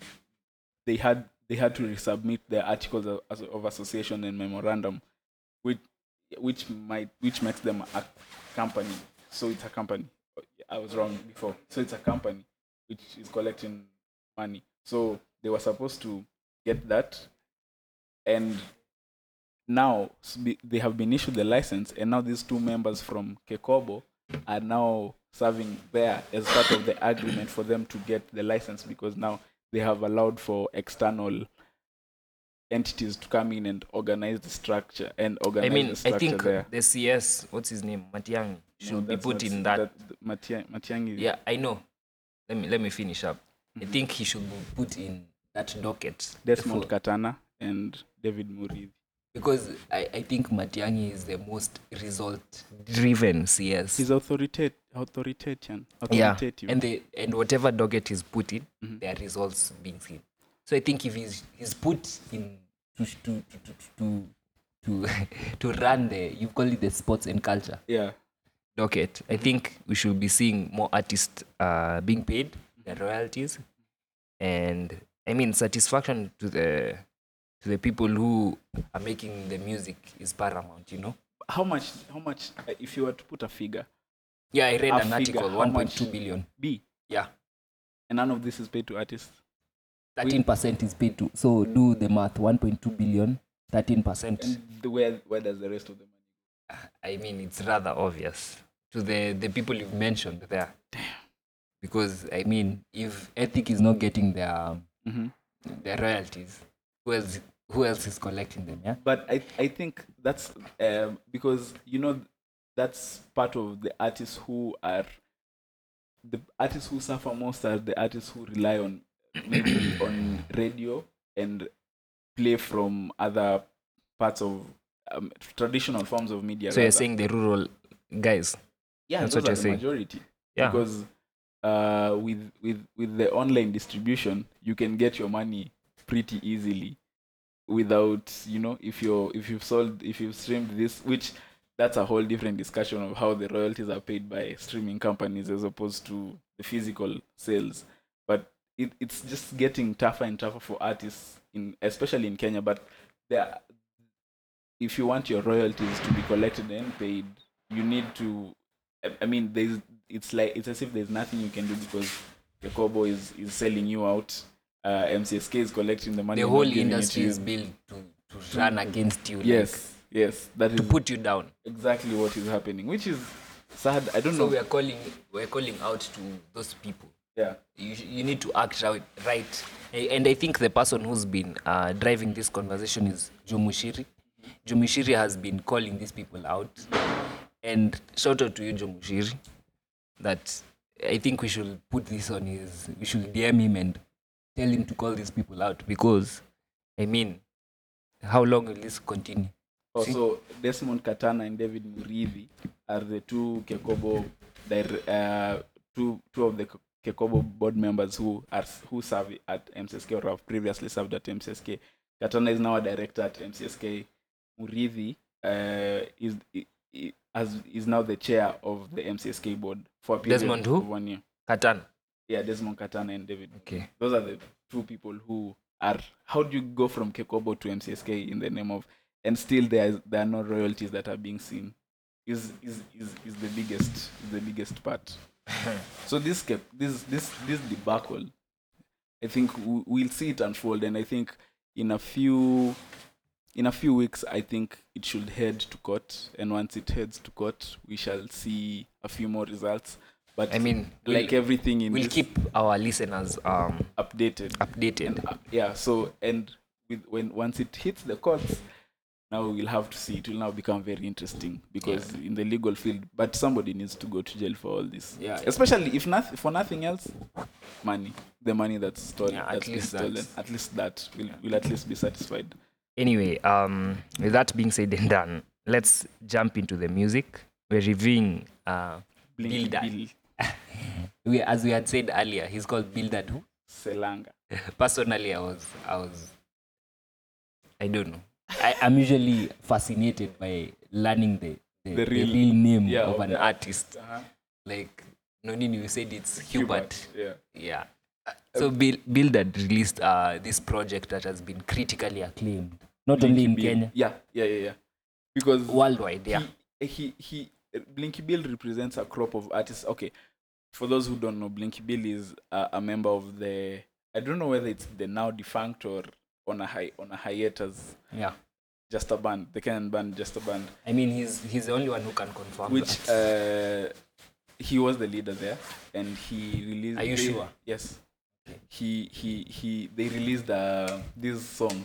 [SPEAKER 3] they had they had to resubmit their articles of, as- of association and memorandum which which might which makes them a company so it's a company i was wrong before so it's a company which is collecting money so they were supposed to get that and now s- be- they have been issued the license and now these two members from kekobo are now serving there as part of the agreement for them to get the license because now they have allowed for external entities to come in and organize the structure and
[SPEAKER 6] i
[SPEAKER 3] organize
[SPEAKER 6] mean
[SPEAKER 3] the structure
[SPEAKER 6] i think
[SPEAKER 3] there.
[SPEAKER 6] the cs what's his name matiang
[SPEAKER 3] No,
[SPEAKER 6] should be
[SPEAKER 3] that's
[SPEAKER 6] put
[SPEAKER 3] not-
[SPEAKER 6] in that
[SPEAKER 3] that Matiang, Matiang is,
[SPEAKER 6] yeah i know let me let me finish up
[SPEAKER 3] Mm-hmm.
[SPEAKER 6] i think he should be put in that docket
[SPEAKER 3] Desmond
[SPEAKER 6] for-
[SPEAKER 3] Katana and David Murithi.
[SPEAKER 6] because I, I think matiangi is the most result driven cs
[SPEAKER 3] He's authorita- authoritarian.
[SPEAKER 6] yeah
[SPEAKER 3] authoritative.
[SPEAKER 6] and the and whatever docket is put in
[SPEAKER 3] Mm-hmm.
[SPEAKER 6] there are results being seen so i think if he's he's put in to to to to to, [laughs] to, to run the you call it the sports and culture
[SPEAKER 3] yeah.
[SPEAKER 6] docket
[SPEAKER 3] Mm-hmm.
[SPEAKER 6] i think we should be seeing more artists uh, being paid their
[SPEAKER 3] Mm-hmm.
[SPEAKER 6] royalties and i mean satisfaction to the to the people who are making the music is paramount you know
[SPEAKER 3] How much, how much, uh, if you were to put a figure,
[SPEAKER 6] yeah i read
[SPEAKER 3] A
[SPEAKER 6] an
[SPEAKER 3] figure,
[SPEAKER 6] article
[SPEAKER 3] how much?
[SPEAKER 6] 1.2 billion
[SPEAKER 3] B,
[SPEAKER 6] yeah
[SPEAKER 3] and none of this is paid to artists?
[SPEAKER 6] 13% is paid to so do the math 1.2 billion 13%
[SPEAKER 3] And the, where, where does the rest of the money
[SPEAKER 6] i mean it's rather obvious to the the people you've mentioned there because i mean if ethic is not getting their
[SPEAKER 3] Mhm.
[SPEAKER 6] their royalties who else who else is collecting them yeah
[SPEAKER 3] But I, I think that's um, because, you know, that's part of the artists who are, the artists who suffer most are the artists who rely on maybe [coughs] on radio and play from other parts of um, traditional forms of media.
[SPEAKER 6] so you're
[SPEAKER 3] rather.
[SPEAKER 6] saying the rural guys
[SPEAKER 3] yeah,
[SPEAKER 6] that's
[SPEAKER 3] those
[SPEAKER 6] what
[SPEAKER 3] are
[SPEAKER 6] you're
[SPEAKER 3] the
[SPEAKER 6] saying.
[SPEAKER 3] majority
[SPEAKER 6] yeah
[SPEAKER 3] because uh, with with with the online distribution, you can get your money pretty easily without you know if you're if you've sold if you've streamed this which that's a whole different discussion of how the royalties are paid by streaming companies as opposed to the physical sales but it, it's just getting tougher and tougher for artists in especially in kenya but there if you want your royalties to be collected and paid you need to I- i mean there's it's like it's as if there's nothing you can do because the kobo is is selling you out uh, mcsk is collecting the money
[SPEAKER 6] the
[SPEAKER 3] and
[SPEAKER 6] whole
[SPEAKER 3] not giving it to
[SPEAKER 6] industry is
[SPEAKER 3] you.
[SPEAKER 6] built to, to run against you like,
[SPEAKER 3] yes yes that is
[SPEAKER 6] to put you down
[SPEAKER 3] exactly what is happening which is sad i don't
[SPEAKER 6] so
[SPEAKER 3] know
[SPEAKER 6] we are calling we are calling out to those people
[SPEAKER 3] yeah
[SPEAKER 6] you, sh- you need to act right, right. A- And I think the person who's been uh, driving this conversation is Jomushiri. Jomushiri has been calling these people out. And shout out to you, Jomushiri, that I think we should put this on his, we should DM him and tell him to call these people out because, I mean, how long will this continue?
[SPEAKER 3] also Oh, desmond katana and david muridhi are the two kekobo dir- uh, two two of the K- kekobo board members who are s- who serve at mcsk or have previously served at mcsk katana is now a director at mcsk muridhi uh, is i- i- as is now the chair of the mcsk board for a period
[SPEAKER 6] Desmond who?
[SPEAKER 3] of one year
[SPEAKER 6] Katan.
[SPEAKER 3] yeah desmond katana and david
[SPEAKER 6] Okay.
[SPEAKER 3] those are the two people who are how do you go from kekobo to mcsk in the name of and still there is there are no royalties that are being seen is is is, is the biggest is the biggest
[SPEAKER 6] [laughs]
[SPEAKER 3] part so this ke- this this this debacle i think w- we'll see it unfold and i think in a few in a few weeks i think it should head to court and once it heads to court we shall see a few more results but
[SPEAKER 6] I mean,
[SPEAKER 3] like
[SPEAKER 6] we'll-
[SPEAKER 3] everything in
[SPEAKER 6] We'll
[SPEAKER 3] this
[SPEAKER 6] keep our listeners um,
[SPEAKER 3] updated
[SPEAKER 6] updated.
[SPEAKER 3] uh, yeah so and with when once it hits the courts now we'll have to see it will now become very interesting because in the legal field but somebody needs to go to jail for all this
[SPEAKER 6] Yeah, yeah.
[SPEAKER 3] especially if nothing for nothing else money the money that's stolen
[SPEAKER 6] Yeah, at
[SPEAKER 3] that's been
[SPEAKER 6] least that.
[SPEAKER 3] stolen at least that will will at least be satisfied
[SPEAKER 6] anyway um with that being said and done let's jump into the music we're reviewing uh
[SPEAKER 3] Blinky
[SPEAKER 6] Bildad.
[SPEAKER 3] Bill
[SPEAKER 6] we, as we had said earlier he's called bildad who
[SPEAKER 3] Selanga
[SPEAKER 6] personally i was i was i don't know I, i'm usually fascinated by learning the the,
[SPEAKER 3] The
[SPEAKER 6] the
[SPEAKER 3] real-
[SPEAKER 6] real, name
[SPEAKER 3] yeah,
[SPEAKER 6] of
[SPEAKER 3] of
[SPEAKER 6] an
[SPEAKER 3] the-
[SPEAKER 6] artist
[SPEAKER 3] uh-huh.
[SPEAKER 6] like nonini you said it's hubert, Uh,
[SPEAKER 3] yeah
[SPEAKER 6] yeah so Bil- bildad released uh this project that has been critically acclaimed not only in
[SPEAKER 3] Bill.
[SPEAKER 6] kenya
[SPEAKER 3] yeah yeah yeah yeah because
[SPEAKER 6] worldwide yeah
[SPEAKER 3] he he, he Blinky Bill represents a crop of artists. Okay, for those who don't know, Blinky Bill is a, a member of the I don't know whether it's the now defunct or on a hi, on a hiatus,
[SPEAKER 6] yeah
[SPEAKER 3] just a band, the Kenyan band, just a band,
[SPEAKER 6] I mean, he's he's the only one who can confirm.
[SPEAKER 3] which
[SPEAKER 6] that.
[SPEAKER 3] uh, he was the leader there, and he released.
[SPEAKER 6] Are you
[SPEAKER 3] they-
[SPEAKER 6] sure?
[SPEAKER 3] Yes. He he he. They released uh, this song,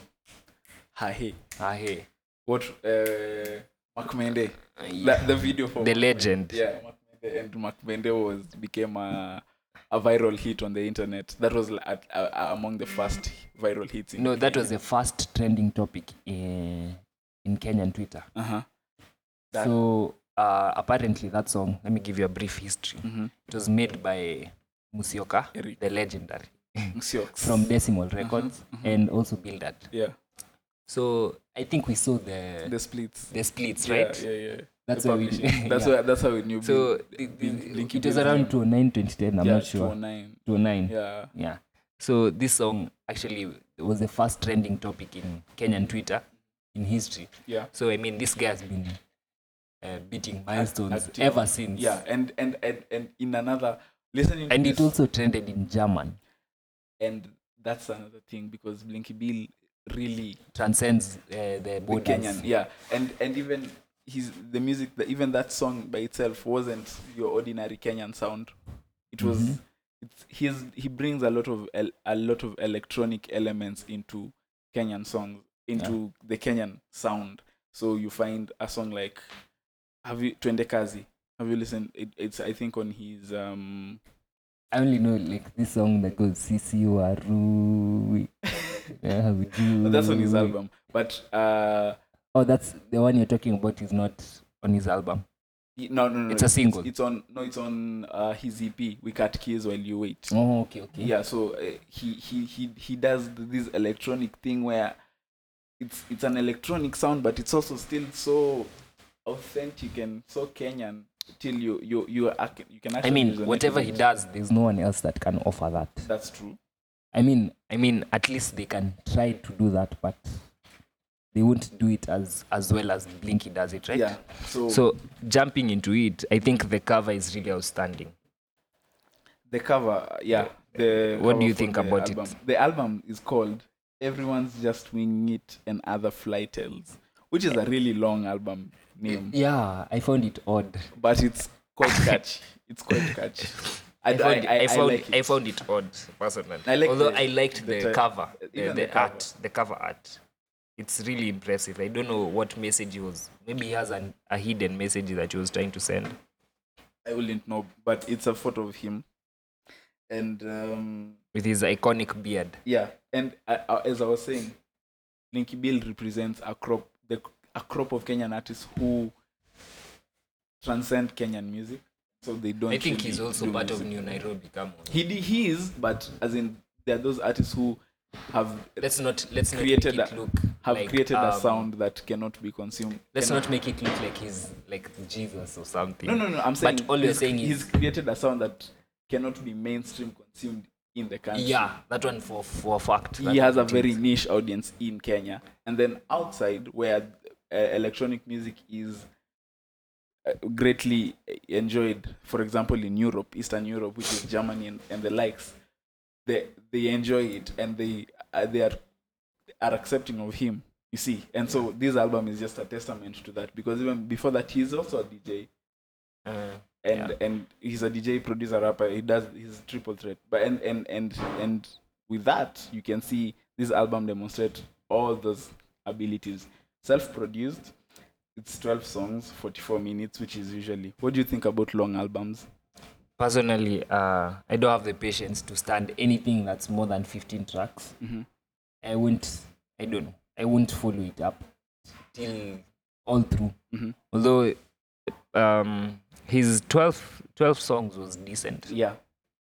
[SPEAKER 3] Ha Hey.
[SPEAKER 6] ah, hey,
[SPEAKER 3] What uh, Mark Mende.
[SPEAKER 6] yeah.
[SPEAKER 3] The, the video for
[SPEAKER 6] the
[SPEAKER 3] Mark
[SPEAKER 6] legend.
[SPEAKER 3] yeah Makmende and Makmende was became a, a viral hit on the internet that was like at, uh, uh, among the first viral hits in
[SPEAKER 6] No, that was the first trending topic in in Kenyan Twitter.
[SPEAKER 3] uh-huh. That-
[SPEAKER 6] So uh, apparently, that song. Let me give you a brief history.
[SPEAKER 3] Mm-hmm.
[SPEAKER 6] It was made by Musioka,
[SPEAKER 3] Eric.
[SPEAKER 6] the legendary
[SPEAKER 3] Msiox.
[SPEAKER 6] from Decimal Records, and also Bildad.
[SPEAKER 3] yeah
[SPEAKER 6] So I think we saw the
[SPEAKER 3] the splits
[SPEAKER 6] the splits,
[SPEAKER 3] yeah,
[SPEAKER 6] right?
[SPEAKER 3] yeah yeah
[SPEAKER 6] That's
[SPEAKER 3] The
[SPEAKER 6] why we- [laughs]
[SPEAKER 3] publishing. that's
[SPEAKER 6] yeah.
[SPEAKER 3] why that's how we knew
[SPEAKER 6] So
[SPEAKER 3] Blink-
[SPEAKER 6] the, the,
[SPEAKER 3] Blink- Blinky
[SPEAKER 6] it was
[SPEAKER 3] Bill.
[SPEAKER 6] around 2009, 2010. I'm
[SPEAKER 3] yeah,
[SPEAKER 6] not sure.
[SPEAKER 3] 209
[SPEAKER 6] 2009.
[SPEAKER 3] yeah
[SPEAKER 6] Yeah. So this song actually was the first trending topic in Kenyan Twitter in history.
[SPEAKER 3] yeah
[SPEAKER 6] So I mean, this guy has been uh, beating milestones
[SPEAKER 3] active.
[SPEAKER 6] ever since.
[SPEAKER 3] yeah and and and, and in another listening to
[SPEAKER 6] And
[SPEAKER 3] this,
[SPEAKER 6] it also trended in German.
[SPEAKER 3] and that's another thing because Blinky Bill really
[SPEAKER 6] Transcends uh, the
[SPEAKER 3] the
[SPEAKER 6] borders.
[SPEAKER 3] Kenyan, yeah, and and even his the music, the, even that song by itself wasn't your ordinary Kenyan sound. It was
[SPEAKER 6] Mm-hmm.
[SPEAKER 3] it's his he brings a lot of el, a lot of electronic elements into Kenyan songs into the Kenyan sound. So you find a song like Have you Twende Kazi? Have you listened? It, it's I think on his um
[SPEAKER 6] I only know like this song that goes Sisi
[SPEAKER 3] [laughs]
[SPEAKER 6] Warui. Yeah, we do.
[SPEAKER 3] Oh, that's on his album, but uh
[SPEAKER 6] Oh, that's the one you're talking about is not on his album.
[SPEAKER 3] Y- No, no, no.
[SPEAKER 6] It's a single.
[SPEAKER 3] It's, on. No, it's on uh, his EP. We cut keys while you wait.
[SPEAKER 6] Oh, okay, okay.
[SPEAKER 3] Yeah. So uh, he he he he does th- this electronic thing where it's it's an electronic sound, but it's also still so authentic and so Kenyan. Till you you you are, ac- you can. Actually
[SPEAKER 6] I
[SPEAKER 3] use
[SPEAKER 6] mean,
[SPEAKER 3] an
[SPEAKER 6] whatever he
[SPEAKER 3] electronic-
[SPEAKER 6] does, there's no one else that can offer that.
[SPEAKER 3] That's true.
[SPEAKER 6] I mean, I mean, at least they can try to do that, but they won't do it as as well as Blinky does it, right?
[SPEAKER 3] Yeah. So,
[SPEAKER 6] So jumping into it, I think the cover is really outstanding.
[SPEAKER 3] the cover, yeah. The
[SPEAKER 6] What do
[SPEAKER 3] cover
[SPEAKER 6] you
[SPEAKER 3] for
[SPEAKER 6] think
[SPEAKER 3] the
[SPEAKER 6] about it?
[SPEAKER 3] album. The album is called "Everyone's Just Winging It" and other fly tales, which is a really long album name.
[SPEAKER 6] Yeah, I found it odd.
[SPEAKER 3] but it's quite catchy. It's quite
[SPEAKER 6] [laughs]
[SPEAKER 3] catchy. I,
[SPEAKER 6] I found,
[SPEAKER 3] I- I- I
[SPEAKER 6] found,
[SPEAKER 3] like it.
[SPEAKER 6] I found it odd personally.
[SPEAKER 3] I like
[SPEAKER 6] Although
[SPEAKER 3] the-
[SPEAKER 6] I liked the,
[SPEAKER 3] the ti-
[SPEAKER 6] cover, the,
[SPEAKER 3] even
[SPEAKER 6] the,
[SPEAKER 3] the cover.
[SPEAKER 6] art, the cover art. It's really impressive. I don't know what message he was. Maybe he has an, a hidden message that he was trying to send.
[SPEAKER 3] I wouldn't know, but it's a photo of him, and um,
[SPEAKER 6] with his iconic beard.
[SPEAKER 3] yeah, and I, I, as I was saying, Linky Bill represents a crop, the, a crop of Kenyan artists who transcend Kenyan music. So they don't.
[SPEAKER 6] I think
[SPEAKER 3] really
[SPEAKER 6] he's also
[SPEAKER 3] do
[SPEAKER 6] part of
[SPEAKER 3] music.
[SPEAKER 6] New Nairobi. Come on,
[SPEAKER 3] He d- he is, but as in there are those artists who have
[SPEAKER 6] let's not let's not make
[SPEAKER 3] created
[SPEAKER 6] it
[SPEAKER 3] a-
[SPEAKER 6] look
[SPEAKER 3] have
[SPEAKER 6] like,
[SPEAKER 3] created a
[SPEAKER 6] um,
[SPEAKER 3] sound that cannot be consumed.
[SPEAKER 6] Let's
[SPEAKER 3] cannot
[SPEAKER 6] not make it look like he's like Jesus or something.
[SPEAKER 3] No, no, no. I'm saying,
[SPEAKER 6] But all you're
[SPEAKER 3] he's,
[SPEAKER 6] saying is
[SPEAKER 3] he's created a sound that cannot be mainstream consumed in the country.
[SPEAKER 6] yeah, that one for for a fact.
[SPEAKER 3] he
[SPEAKER 6] that
[SPEAKER 3] has a
[SPEAKER 6] one it
[SPEAKER 3] very
[SPEAKER 6] is.
[SPEAKER 3] niche audience in Kenya, and then outside where uh, electronic music is uh, greatly enjoyed. For example, in Europe, Eastern Europe, which is Germany and, and the likes, they they enjoy it and they uh, they are are accepting of him. You see, and so this album is just a testament to that because even before that, he's also a DJ
[SPEAKER 6] Uh,
[SPEAKER 3] and and he's a DJ producer rapper. He does his triple threat. But and and and and with that, you can see this album demonstrate all those abilities. Self-produced, it's 12 songs, 44 minutes, which is usually. What do you think about long albums?
[SPEAKER 6] personally, uh, I don't have the patience to stand anything that's more than fifteen tracks.
[SPEAKER 3] Mhm.
[SPEAKER 6] I won't. I don't know. I won't follow it up till all through.
[SPEAKER 3] Mhm.
[SPEAKER 6] Although, um, his 12, 12 songs was decent.
[SPEAKER 3] Yeah,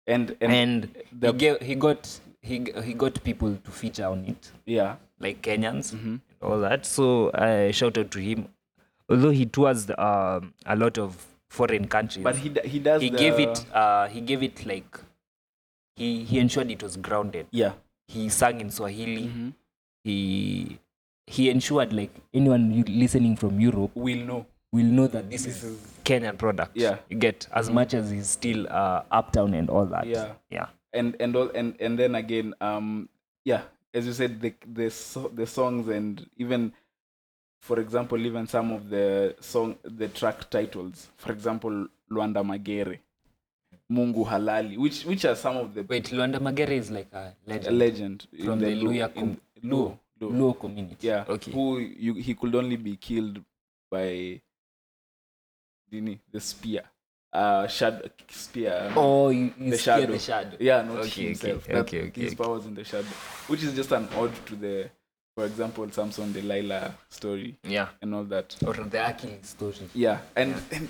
[SPEAKER 3] and and,
[SPEAKER 6] and
[SPEAKER 3] the-
[SPEAKER 6] he, gave, he got he g- he got people to feature on it
[SPEAKER 3] yeah,
[SPEAKER 6] like Kenyans
[SPEAKER 3] Mm-hmm.
[SPEAKER 6] and all that. So I shout out to him. Although he tours the, um, a lot of foreign countries,
[SPEAKER 3] but he d- he does.
[SPEAKER 6] he
[SPEAKER 3] the-
[SPEAKER 6] gave it uh, he gave it like he he ensured it was grounded.
[SPEAKER 3] Yeah,
[SPEAKER 6] He sang in Swahili.
[SPEAKER 3] Mhm.
[SPEAKER 6] He he ensured like anyone you- listening from Europe
[SPEAKER 3] we'll know.
[SPEAKER 6] will know that this is Kenyan product.
[SPEAKER 3] Yeah.
[SPEAKER 6] you get as much as he's still uh, uptown and all that.
[SPEAKER 3] Yeah.
[SPEAKER 6] yeah.
[SPEAKER 3] and and all and and then again um yeah as you said the the so- the songs and even for example even some of the song the track titles for example Luanda Magere Mungu Halali which which are some of the
[SPEAKER 6] Wait, Luanda Magere is like a legend.
[SPEAKER 3] legend in
[SPEAKER 6] from the
[SPEAKER 3] Luo-
[SPEAKER 6] Luya
[SPEAKER 3] in
[SPEAKER 6] com-
[SPEAKER 3] Luo, Luo,
[SPEAKER 6] Luo community.
[SPEAKER 3] yeah
[SPEAKER 6] Okay.
[SPEAKER 3] who you he could only be killed by Dini the spear uh shad spear
[SPEAKER 6] Oh, you, you
[SPEAKER 3] The
[SPEAKER 6] the
[SPEAKER 3] shadow.
[SPEAKER 6] shadow. the shadow.
[SPEAKER 3] Yeah, not
[SPEAKER 6] Okay,
[SPEAKER 3] himself.
[SPEAKER 6] okay,
[SPEAKER 3] That-
[SPEAKER 6] okay, okay,
[SPEAKER 3] his
[SPEAKER 6] okay.
[SPEAKER 3] powers in the shadow, which is just an ode to the, for example, Samson Delilah story
[SPEAKER 6] Yeah.
[SPEAKER 3] and all that.
[SPEAKER 6] Or the Achilles
[SPEAKER 3] [laughs]
[SPEAKER 6] story.
[SPEAKER 3] Yeah, and, and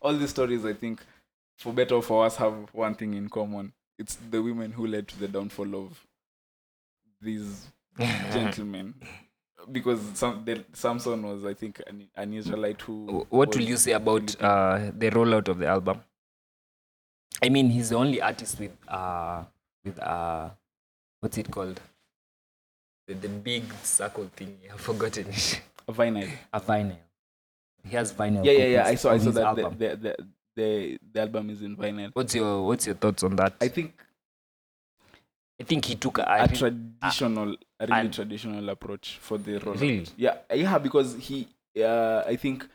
[SPEAKER 3] all these stories, I think, for better or for worse, have one thing in common: it's the women who led to the downfall of
[SPEAKER 6] [laughs]
[SPEAKER 3] these gentlemen. Because some, the, Samson was, I think, an, an Israelite who.
[SPEAKER 6] Wh- What
[SPEAKER 3] was
[SPEAKER 6] will you say about
[SPEAKER 3] Filipino.
[SPEAKER 6] uh, the rollout of the album? I mean, he's the only artist with uh, with uh, what's it called? The, the big circle thing. [laughs] I've forgotten. it.
[SPEAKER 3] vinyl?
[SPEAKER 6] a vinyl. He has vinyl.
[SPEAKER 3] Yeah, yeah, yeah. I
[SPEAKER 6] copies
[SPEAKER 3] saw, I
[SPEAKER 6] of
[SPEAKER 3] saw
[SPEAKER 6] his
[SPEAKER 3] that the,
[SPEAKER 6] album.
[SPEAKER 3] the, the, the, the album is in vinyl.
[SPEAKER 6] What's your What's your thoughts on that?
[SPEAKER 3] I
[SPEAKER 6] I,
[SPEAKER 3] think
[SPEAKER 6] think he took a,
[SPEAKER 3] a
[SPEAKER 6] a
[SPEAKER 3] traditional, a really
[SPEAKER 6] and-
[SPEAKER 3] traditional approach for the role.
[SPEAKER 6] Really?
[SPEAKER 3] Yeah, yeah, because he, uh, I think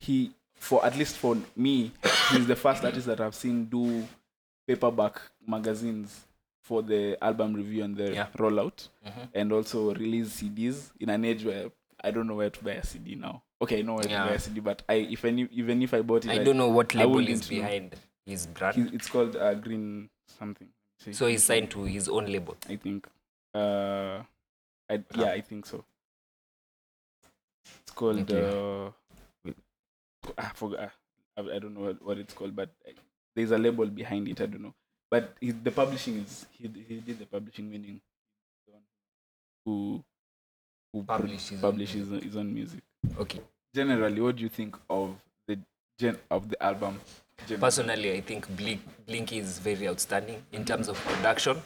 [SPEAKER 3] he, for at least for me, he's the first artist that I've seen do paperback magazines for the album review and the
[SPEAKER 6] Yeah.
[SPEAKER 3] rollout,
[SPEAKER 6] Mhm.
[SPEAKER 3] and also release CDs in an age where I don't know where to buy a CD now. Okay, I know where
[SPEAKER 6] Yeah.
[SPEAKER 3] to buy a CD, but I, if I knew, even if I bought it,
[SPEAKER 6] I don't know what
[SPEAKER 3] I
[SPEAKER 6] label
[SPEAKER 3] wouldn't
[SPEAKER 6] is
[SPEAKER 3] know.
[SPEAKER 6] behind his brand.
[SPEAKER 3] he- it's called uh, Green something. See,
[SPEAKER 6] So he's signed to his own label.
[SPEAKER 3] I think. Uh, I, yeah, I think so. It's called.
[SPEAKER 6] Okay.
[SPEAKER 3] Uh, I forgot. I, I don't know what, what it's called, but uh, there's a label behind it. I don't know. But he, the publishing is he, d- he did the publishing, meaning the one who who pro-
[SPEAKER 6] Publish his own
[SPEAKER 3] publishes his own music.
[SPEAKER 6] okay
[SPEAKER 3] Generally, what do you think of the gen of the album? generally?
[SPEAKER 6] personally i think blink, blink is very outstanding in terms of production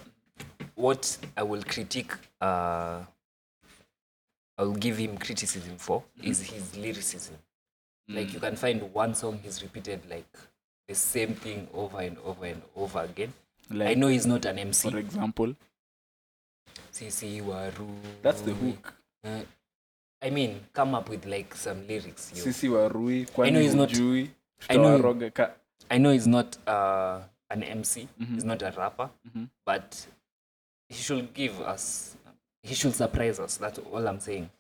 [SPEAKER 6] what i will critique uh, i'll give him criticism for is
[SPEAKER 3] Mm-hmm.
[SPEAKER 6] his lyricism like you
[SPEAKER 3] Mm.
[SPEAKER 6] can find one song he's repeated like the same thing over and over and over again i
[SPEAKER 3] Like-
[SPEAKER 6] know he's not an mc
[SPEAKER 3] for example,
[SPEAKER 6] sisi waru
[SPEAKER 3] that's the hook.
[SPEAKER 6] Uh, i mean come up with like some lyrics yo.
[SPEAKER 3] Sisi Warui, Kwani
[SPEAKER 6] know he's not-
[SPEAKER 3] Hujui,
[SPEAKER 6] I know-
[SPEAKER 3] Tutawaroga Ka-
[SPEAKER 6] I know he's not uh, an MC,
[SPEAKER 3] Mm-hmm.
[SPEAKER 6] he's not a rapper, but he should give us, he should surprise us. That's all I'm saying.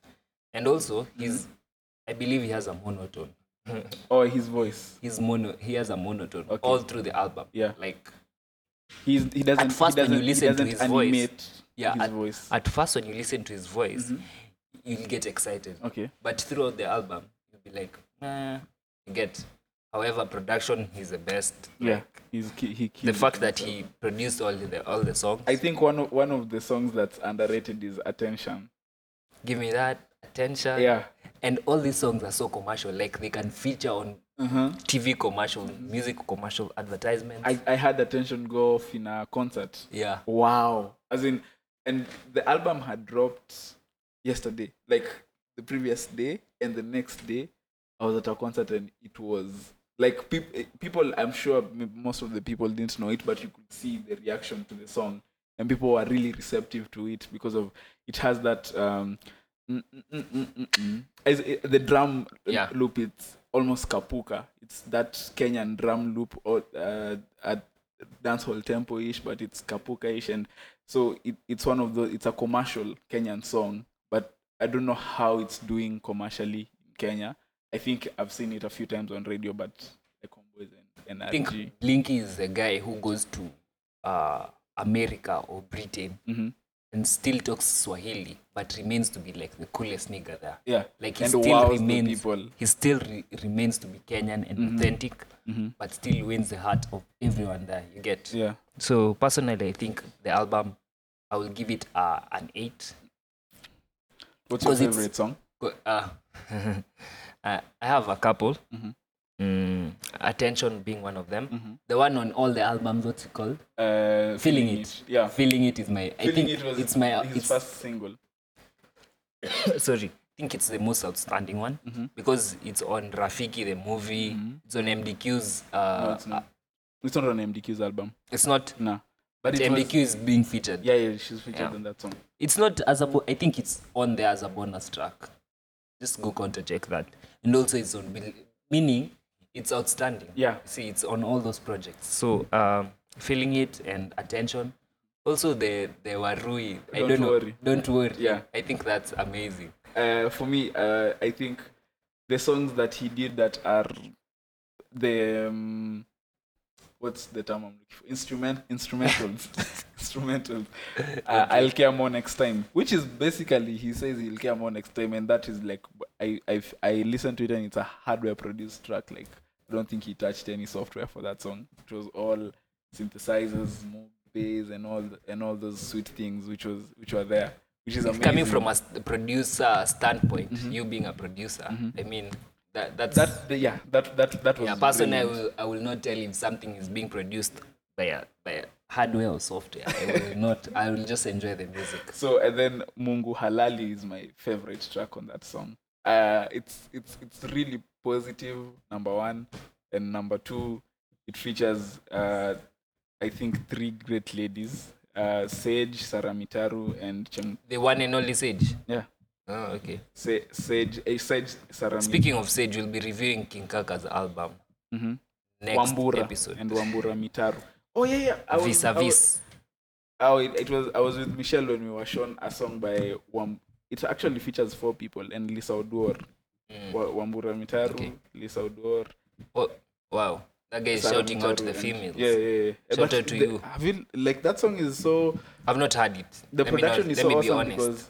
[SPEAKER 6] And also,
[SPEAKER 3] Mm-hmm.
[SPEAKER 6] he's, I believe he has a monotone.
[SPEAKER 3] Or Oh, his voice.
[SPEAKER 6] He's mono, he has a monotone
[SPEAKER 3] Okay.
[SPEAKER 6] all through the album.
[SPEAKER 3] Yeah.
[SPEAKER 6] Like,
[SPEAKER 3] He's, he doesn't.
[SPEAKER 6] At first
[SPEAKER 3] he
[SPEAKER 6] when
[SPEAKER 3] doesn't,
[SPEAKER 6] you listen
[SPEAKER 3] he
[SPEAKER 6] to
[SPEAKER 3] doesn't
[SPEAKER 6] his voice-
[SPEAKER 3] animate
[SPEAKER 6] yeah,
[SPEAKER 3] his
[SPEAKER 6] at,
[SPEAKER 3] voice.
[SPEAKER 6] at first when you listen to his voice, you'll get excited.
[SPEAKER 3] Mm-hmm. okay.
[SPEAKER 6] But throughout the album, you'll be like, nah, you get. However, production, he's the best.
[SPEAKER 3] Yeah. He's ki- he
[SPEAKER 6] The
[SPEAKER 3] killed it.
[SPEAKER 6] fact that he produced all the all the songs.
[SPEAKER 3] I think one of, one of the songs that's underrated is Attention.
[SPEAKER 6] give me that attention.
[SPEAKER 3] Yeah.
[SPEAKER 6] And all these songs are so commercial. Like they can feature on
[SPEAKER 3] Uh-huh.
[SPEAKER 6] TV commercial, music commercial, advertisements.
[SPEAKER 3] I, I had Attention go off in a concert.
[SPEAKER 6] yeah.
[SPEAKER 3] Wow. As in, and the album had dropped yesterday, like the previous day, and the next day, I was at a concert and it was like peop- eh, people, I'm sure m- most of the people didn't know it, but you could see the reaction to the song. And people were really receptive to it because of it has that um, mm, mm, mm, mm, mm, mm. As, eh, the drum eh,
[SPEAKER 6] Yeah.
[SPEAKER 3] loop. It's almost kapuka. It's that Kenyan drum loop or uh, at dancehall tempo-ish, but it's kapuka-ish, and so it, it's one of those. It's a commercial Kenyan song, but I don't know how it's doing commercially in Kenya. I think I've seen it a few times on radio, but the combos and, and
[SPEAKER 6] I think
[SPEAKER 3] RG.
[SPEAKER 6] Blinky is a guy who goes to uh, America or Britain
[SPEAKER 3] Mhm.
[SPEAKER 6] and still talks Swahili, but remains to be like the coolest nigga there.
[SPEAKER 3] yeah,
[SPEAKER 6] Like he
[SPEAKER 3] and
[SPEAKER 6] still
[SPEAKER 3] wows
[SPEAKER 6] remains,
[SPEAKER 3] the people. Mm-hmm.
[SPEAKER 6] he still re- remains to be Kenyan and authentic, but still wins the heart of everyone there. You get.
[SPEAKER 3] Yeah,
[SPEAKER 6] So personally, I think the album, I will give it uh, an eight.
[SPEAKER 3] what's your
[SPEAKER 6] 'Cause it's-
[SPEAKER 3] favorite song?
[SPEAKER 6] Go- Uh, [laughs] I I have a couple.
[SPEAKER 3] Mhm.
[SPEAKER 6] Mm, Attention being one of them.
[SPEAKER 3] Mhm.
[SPEAKER 6] The one on all the albums, what's it called?
[SPEAKER 3] Uh,
[SPEAKER 6] Feeling It.
[SPEAKER 3] Yeah,
[SPEAKER 6] Feeling it is my. I
[SPEAKER 3] Feeling
[SPEAKER 6] think
[SPEAKER 3] it was
[SPEAKER 6] it's my.
[SPEAKER 3] his
[SPEAKER 6] It's,
[SPEAKER 3] first single.
[SPEAKER 6] [coughs] sorry. I think it's the most outstanding one
[SPEAKER 3] Mm-hmm.
[SPEAKER 6] because it's on Rafiki the movie. It's on MDQ's. Uh,
[SPEAKER 3] No, it's not.
[SPEAKER 6] uh,
[SPEAKER 3] It's not on MDQ's album.
[SPEAKER 6] it's not.
[SPEAKER 3] Nah.
[SPEAKER 6] But
[SPEAKER 3] it was-
[SPEAKER 6] MDQ is being featured.
[SPEAKER 3] Yeah, yeah, she's featured
[SPEAKER 6] Yeah.
[SPEAKER 3] on that song.
[SPEAKER 6] It's not as a. bo- I think it's on there as a bonus track. Just go counter check that, and also it's on Bill- meaning it's outstanding.
[SPEAKER 3] Yeah.
[SPEAKER 6] see, it's on all those projects. So um, feeling it and attention. Also, the the Warui. I
[SPEAKER 3] Don't
[SPEAKER 6] don't know.
[SPEAKER 3] worry.
[SPEAKER 6] Don't worry.
[SPEAKER 3] Yeah.
[SPEAKER 6] I think that's amazing.
[SPEAKER 3] Uh, for me, uh, I think the songs that he did that are the um, what's the term I'm looking for?
[SPEAKER 6] [laughs]
[SPEAKER 3] Instrument instrumentals, instrumentals. Uh, I'll care more next time, which is basically he says he'll care more next time, and that is like I I I listened to it and it's a hardware produced track. Like I don't think he touched any software for that song. It was all synthesizers, more bass, and all and all those sweet things which was which were there, which is amazing. Mm-hmm.
[SPEAKER 6] Coming from a s- producer standpoint, you being a producer, I mean that that's
[SPEAKER 3] that the- yeah that that that was
[SPEAKER 6] yeah. Personally, I
[SPEAKER 3] brilliant.
[SPEAKER 6] will I will not tell if something is being produced by a, by a hardware or software. I
[SPEAKER 3] [laughs]
[SPEAKER 6] will not. I will just enjoy the music.
[SPEAKER 3] so and then mungu halali is my favorite track on that song uh it's it's it's really positive number one and number two it features uh i think three great ladies uh sage saramitaru and Chang-
[SPEAKER 6] The one and only Sage.
[SPEAKER 3] yeah
[SPEAKER 6] Oh, okay.
[SPEAKER 3] Sa- sage eh, sage saramitaru
[SPEAKER 6] Speaking of Sage, we'll be reviewing King Kaka's album
[SPEAKER 3] Mhm.
[SPEAKER 6] next
[SPEAKER 3] wambura
[SPEAKER 6] episode.
[SPEAKER 3] and wambura mitaru oh yeah yeah I was-
[SPEAKER 6] vis
[SPEAKER 3] I
[SPEAKER 6] a
[SPEAKER 3] was-
[SPEAKER 6] vis.
[SPEAKER 3] Oh, it, it was. I was with Michelle when we were shown a song by Wam. It actually features four people and Lisa Odor, Wa Wambura Mitaru,
[SPEAKER 6] Mm. Okay.
[SPEAKER 3] Lisa Odor.
[SPEAKER 6] Oh, wow. That guy is
[SPEAKER 3] Sarah
[SPEAKER 6] shouting out
[SPEAKER 3] Mitaru
[SPEAKER 6] the
[SPEAKER 3] and-
[SPEAKER 6] females.
[SPEAKER 3] Yeah, yeah. yeah.
[SPEAKER 6] Shout
[SPEAKER 3] But
[SPEAKER 6] out to
[SPEAKER 3] the-
[SPEAKER 6] you.
[SPEAKER 3] Have you like that song is so
[SPEAKER 6] I've not heard it.
[SPEAKER 3] the
[SPEAKER 6] Let me not-
[SPEAKER 3] production is
[SPEAKER 6] let
[SPEAKER 3] so
[SPEAKER 6] me be
[SPEAKER 3] awesome
[SPEAKER 6] honest.
[SPEAKER 3] because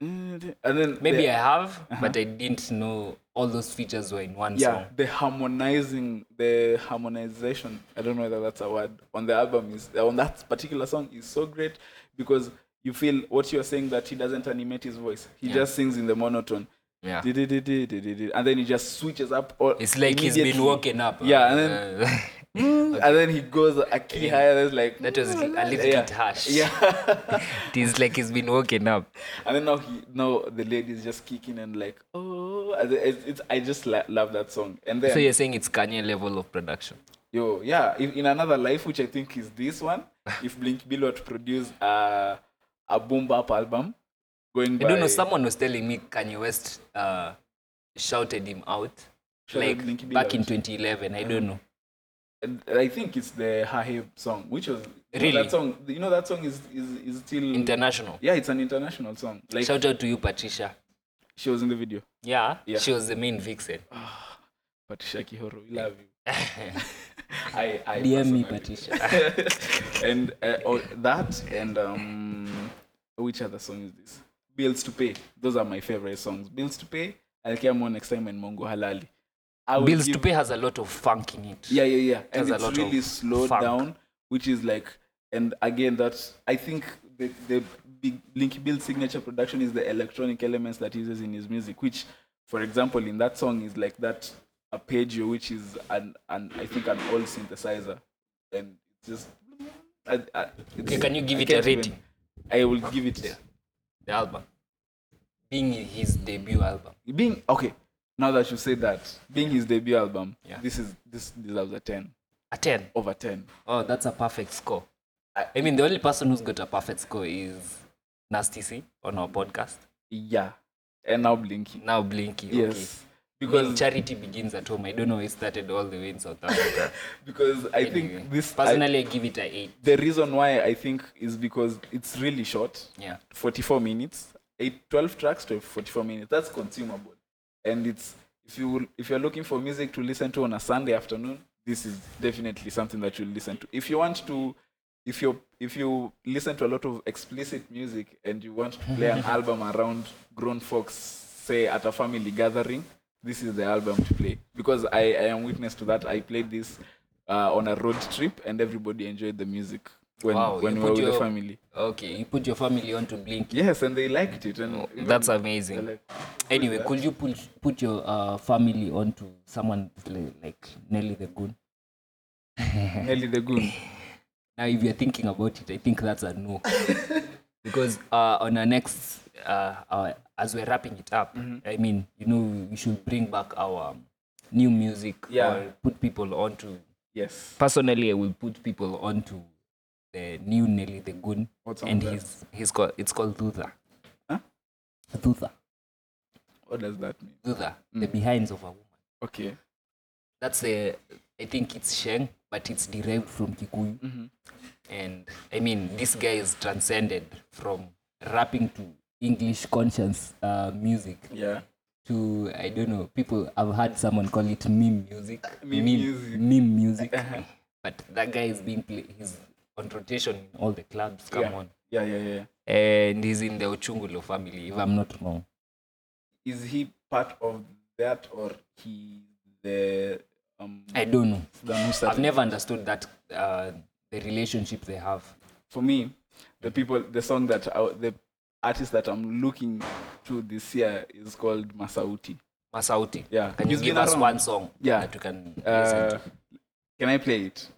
[SPEAKER 3] Mm, And then
[SPEAKER 6] Maybe
[SPEAKER 3] the, Uh-huh.
[SPEAKER 6] I have, but I didn't know all those features were in one
[SPEAKER 3] yeah,
[SPEAKER 6] song.
[SPEAKER 3] the harmonizing, the harmonization. I don't know whether that's a word on the album is on that particular song is so great because you feel what you're saying that he doesn't animate his voice. He
[SPEAKER 6] Yeah.
[SPEAKER 3] just sings in the monotone.
[SPEAKER 6] Yeah.
[SPEAKER 3] Di-di-di-di-di-di-di. And then he just switches up. All
[SPEAKER 6] It's like he's been
[SPEAKER 3] immediately.
[SPEAKER 6] woken up.
[SPEAKER 3] Yeah, and
[SPEAKER 6] uh, [laughs]
[SPEAKER 3] And then he goes a key higher. That's like
[SPEAKER 6] that was a little
[SPEAKER 3] yeah.
[SPEAKER 6] bit harsh.
[SPEAKER 3] Yeah.
[SPEAKER 6] [laughs] It is like he's been woken up.
[SPEAKER 3] and then now he now the lady's just kicking and like oh and then it's, it's I just la- love that song and then
[SPEAKER 6] So you're saying it's Kanye level of production.
[SPEAKER 3] yo yeah in, in another life which I think is this
[SPEAKER 6] [laughs]
[SPEAKER 3] one if Blink Billot produced a a boom bap album going
[SPEAKER 6] I
[SPEAKER 3] by
[SPEAKER 6] don't know. Someone was telling me Kanye West uh, shouted him out
[SPEAKER 3] Shouted
[SPEAKER 6] like
[SPEAKER 3] Blinky Bill
[SPEAKER 6] back in
[SPEAKER 3] out.
[SPEAKER 6] 2011. I
[SPEAKER 3] Mm.
[SPEAKER 6] don't know.
[SPEAKER 3] and I think it's the Hahe song which was you know
[SPEAKER 6] Really?
[SPEAKER 3] that song you know that song is is, is still
[SPEAKER 6] International.
[SPEAKER 3] yeah it's an international song like
[SPEAKER 6] Shout out to you, Patricia.
[SPEAKER 3] she was in the video
[SPEAKER 6] Yeah,
[SPEAKER 3] Yeah.
[SPEAKER 6] she was the main vixen.
[SPEAKER 3] Patricia Kihoro we love you
[SPEAKER 6] [laughs]
[SPEAKER 3] [laughs] I, I
[SPEAKER 6] DM me,
[SPEAKER 3] personally- [laughs]
[SPEAKER 6] Patricia.
[SPEAKER 3] and uh, or that and um which other song is this bills to pay those are my favorite songs bills to pay i'll care more next time and mongo halali I will
[SPEAKER 6] Bills to
[SPEAKER 3] give-
[SPEAKER 6] Pay has a lot of funk in it.
[SPEAKER 3] yeah yeah yeah
[SPEAKER 6] has
[SPEAKER 3] and
[SPEAKER 6] a
[SPEAKER 3] it's
[SPEAKER 6] lot
[SPEAKER 3] really
[SPEAKER 6] of
[SPEAKER 3] slowed
[SPEAKER 6] funk.
[SPEAKER 3] down which is like and again that's i think the, the big link build signature production is the electronic elements that he uses in his music which for example in that song is like that arpeggio which is an, an i think an old synthesizer and it's just I, I,
[SPEAKER 6] Okay,
[SPEAKER 3] it's-
[SPEAKER 6] can you give
[SPEAKER 3] I
[SPEAKER 6] it a
[SPEAKER 3] can't even-
[SPEAKER 6] rating?
[SPEAKER 3] i will give it there
[SPEAKER 6] The album, being his debut album.
[SPEAKER 3] being okay now that you say that being his debut album
[SPEAKER 6] Yeah.
[SPEAKER 3] this is this deserves a 10
[SPEAKER 6] A 10.
[SPEAKER 3] over 10
[SPEAKER 6] Oh, that's a perfect score. I mean, the only person who's got a perfect score is Nasty C on our podcast.
[SPEAKER 3] yeah and now blinky
[SPEAKER 6] Now Blinky. Okay.
[SPEAKER 3] Yes,
[SPEAKER 6] Because
[SPEAKER 3] because
[SPEAKER 6] charity begins at home. I don't know. It started all the way in South Africa.
[SPEAKER 3] because [laughs] I
[SPEAKER 6] Anyway,
[SPEAKER 3] think this I-
[SPEAKER 6] personally, I, give it a eight.
[SPEAKER 3] the reason why I think is because it's really short,
[SPEAKER 6] Yeah.
[SPEAKER 3] 44 minutes, eight, 12 tracks to 44 minutes. That's consumable, and it's if you will- if you're looking for music to listen to on a Sunday afternoon, this is definitely something that you listen to. If you want to, if you if you listen to a lot of explicit music and you want to play
[SPEAKER 6] [laughs]
[SPEAKER 3] an album around grown folks, say at a family gathering, this is the album to play because I, I am witness to that. I played this uh, on a road trip and everybody enjoyed the music when
[SPEAKER 6] Wow,
[SPEAKER 3] when
[SPEAKER 6] you
[SPEAKER 3] we were
[SPEAKER 6] put
[SPEAKER 3] with the
[SPEAKER 6] your-
[SPEAKER 3] family.
[SPEAKER 6] Okay, you put your family on to Blinky.
[SPEAKER 3] Yes, and they liked it, and even
[SPEAKER 6] That's
[SPEAKER 3] they're
[SPEAKER 6] amazing.
[SPEAKER 3] like,
[SPEAKER 6] Anyway, could you put put your uh, family onto someone like, like Nelly the Goon?
[SPEAKER 3] Nelly
[SPEAKER 6] [laughs]
[SPEAKER 3] the Goon.
[SPEAKER 6] Now, if you're thinking about it, I think that's a
[SPEAKER 3] [laughs]
[SPEAKER 6] no. because uh, on our next, uh, our, as we're wrapping it up,
[SPEAKER 3] Mm-hmm.
[SPEAKER 6] I mean, you know, we should bring back our um, new music
[SPEAKER 3] Yeah.
[SPEAKER 6] or put people onto.
[SPEAKER 3] Yes,
[SPEAKER 6] Personally, I will put people onto the new Nelly the Goon
[SPEAKER 3] What's on
[SPEAKER 6] and
[SPEAKER 3] that?
[SPEAKER 6] his his call. It's called Dutha.
[SPEAKER 3] Huh?
[SPEAKER 6] Dutha,
[SPEAKER 3] what does that mean?
[SPEAKER 6] Dutha,
[SPEAKER 3] Mm.
[SPEAKER 6] the behinds of a woman.
[SPEAKER 3] Okay,
[SPEAKER 6] That's the I think it's Sheng, but it's derived from Kikuyu. And I mean, this guy is transcended from rapping to English conscious uh, music
[SPEAKER 3] yeah,
[SPEAKER 6] to I don't know. People I've heard someone call it meme music.
[SPEAKER 3] [laughs] meme music.
[SPEAKER 6] Meme music.
[SPEAKER 3] [laughs] Uh-huh.
[SPEAKER 6] but that guy is being play, he's on rotation in all the clubs. Come
[SPEAKER 3] yeah.
[SPEAKER 6] on.
[SPEAKER 3] yeah, yeah, yeah.
[SPEAKER 6] And he's in the Ochungulo family, if I'm not wrong.
[SPEAKER 3] Is he part of that or he the um?
[SPEAKER 6] I don't know.
[SPEAKER 3] the one who started
[SPEAKER 6] I've never understood that uh, the relationship they have.
[SPEAKER 3] for me, the people, the song that I, the artist that I'm looking to this year is called Masauti.
[SPEAKER 6] Masauti.
[SPEAKER 3] Yeah.
[SPEAKER 6] Can you
[SPEAKER 3] He's
[SPEAKER 6] give
[SPEAKER 3] been
[SPEAKER 6] us
[SPEAKER 3] around.
[SPEAKER 6] one song
[SPEAKER 3] Yeah.
[SPEAKER 6] that you can listen
[SPEAKER 3] Uh,
[SPEAKER 6] to?
[SPEAKER 3] can I play it?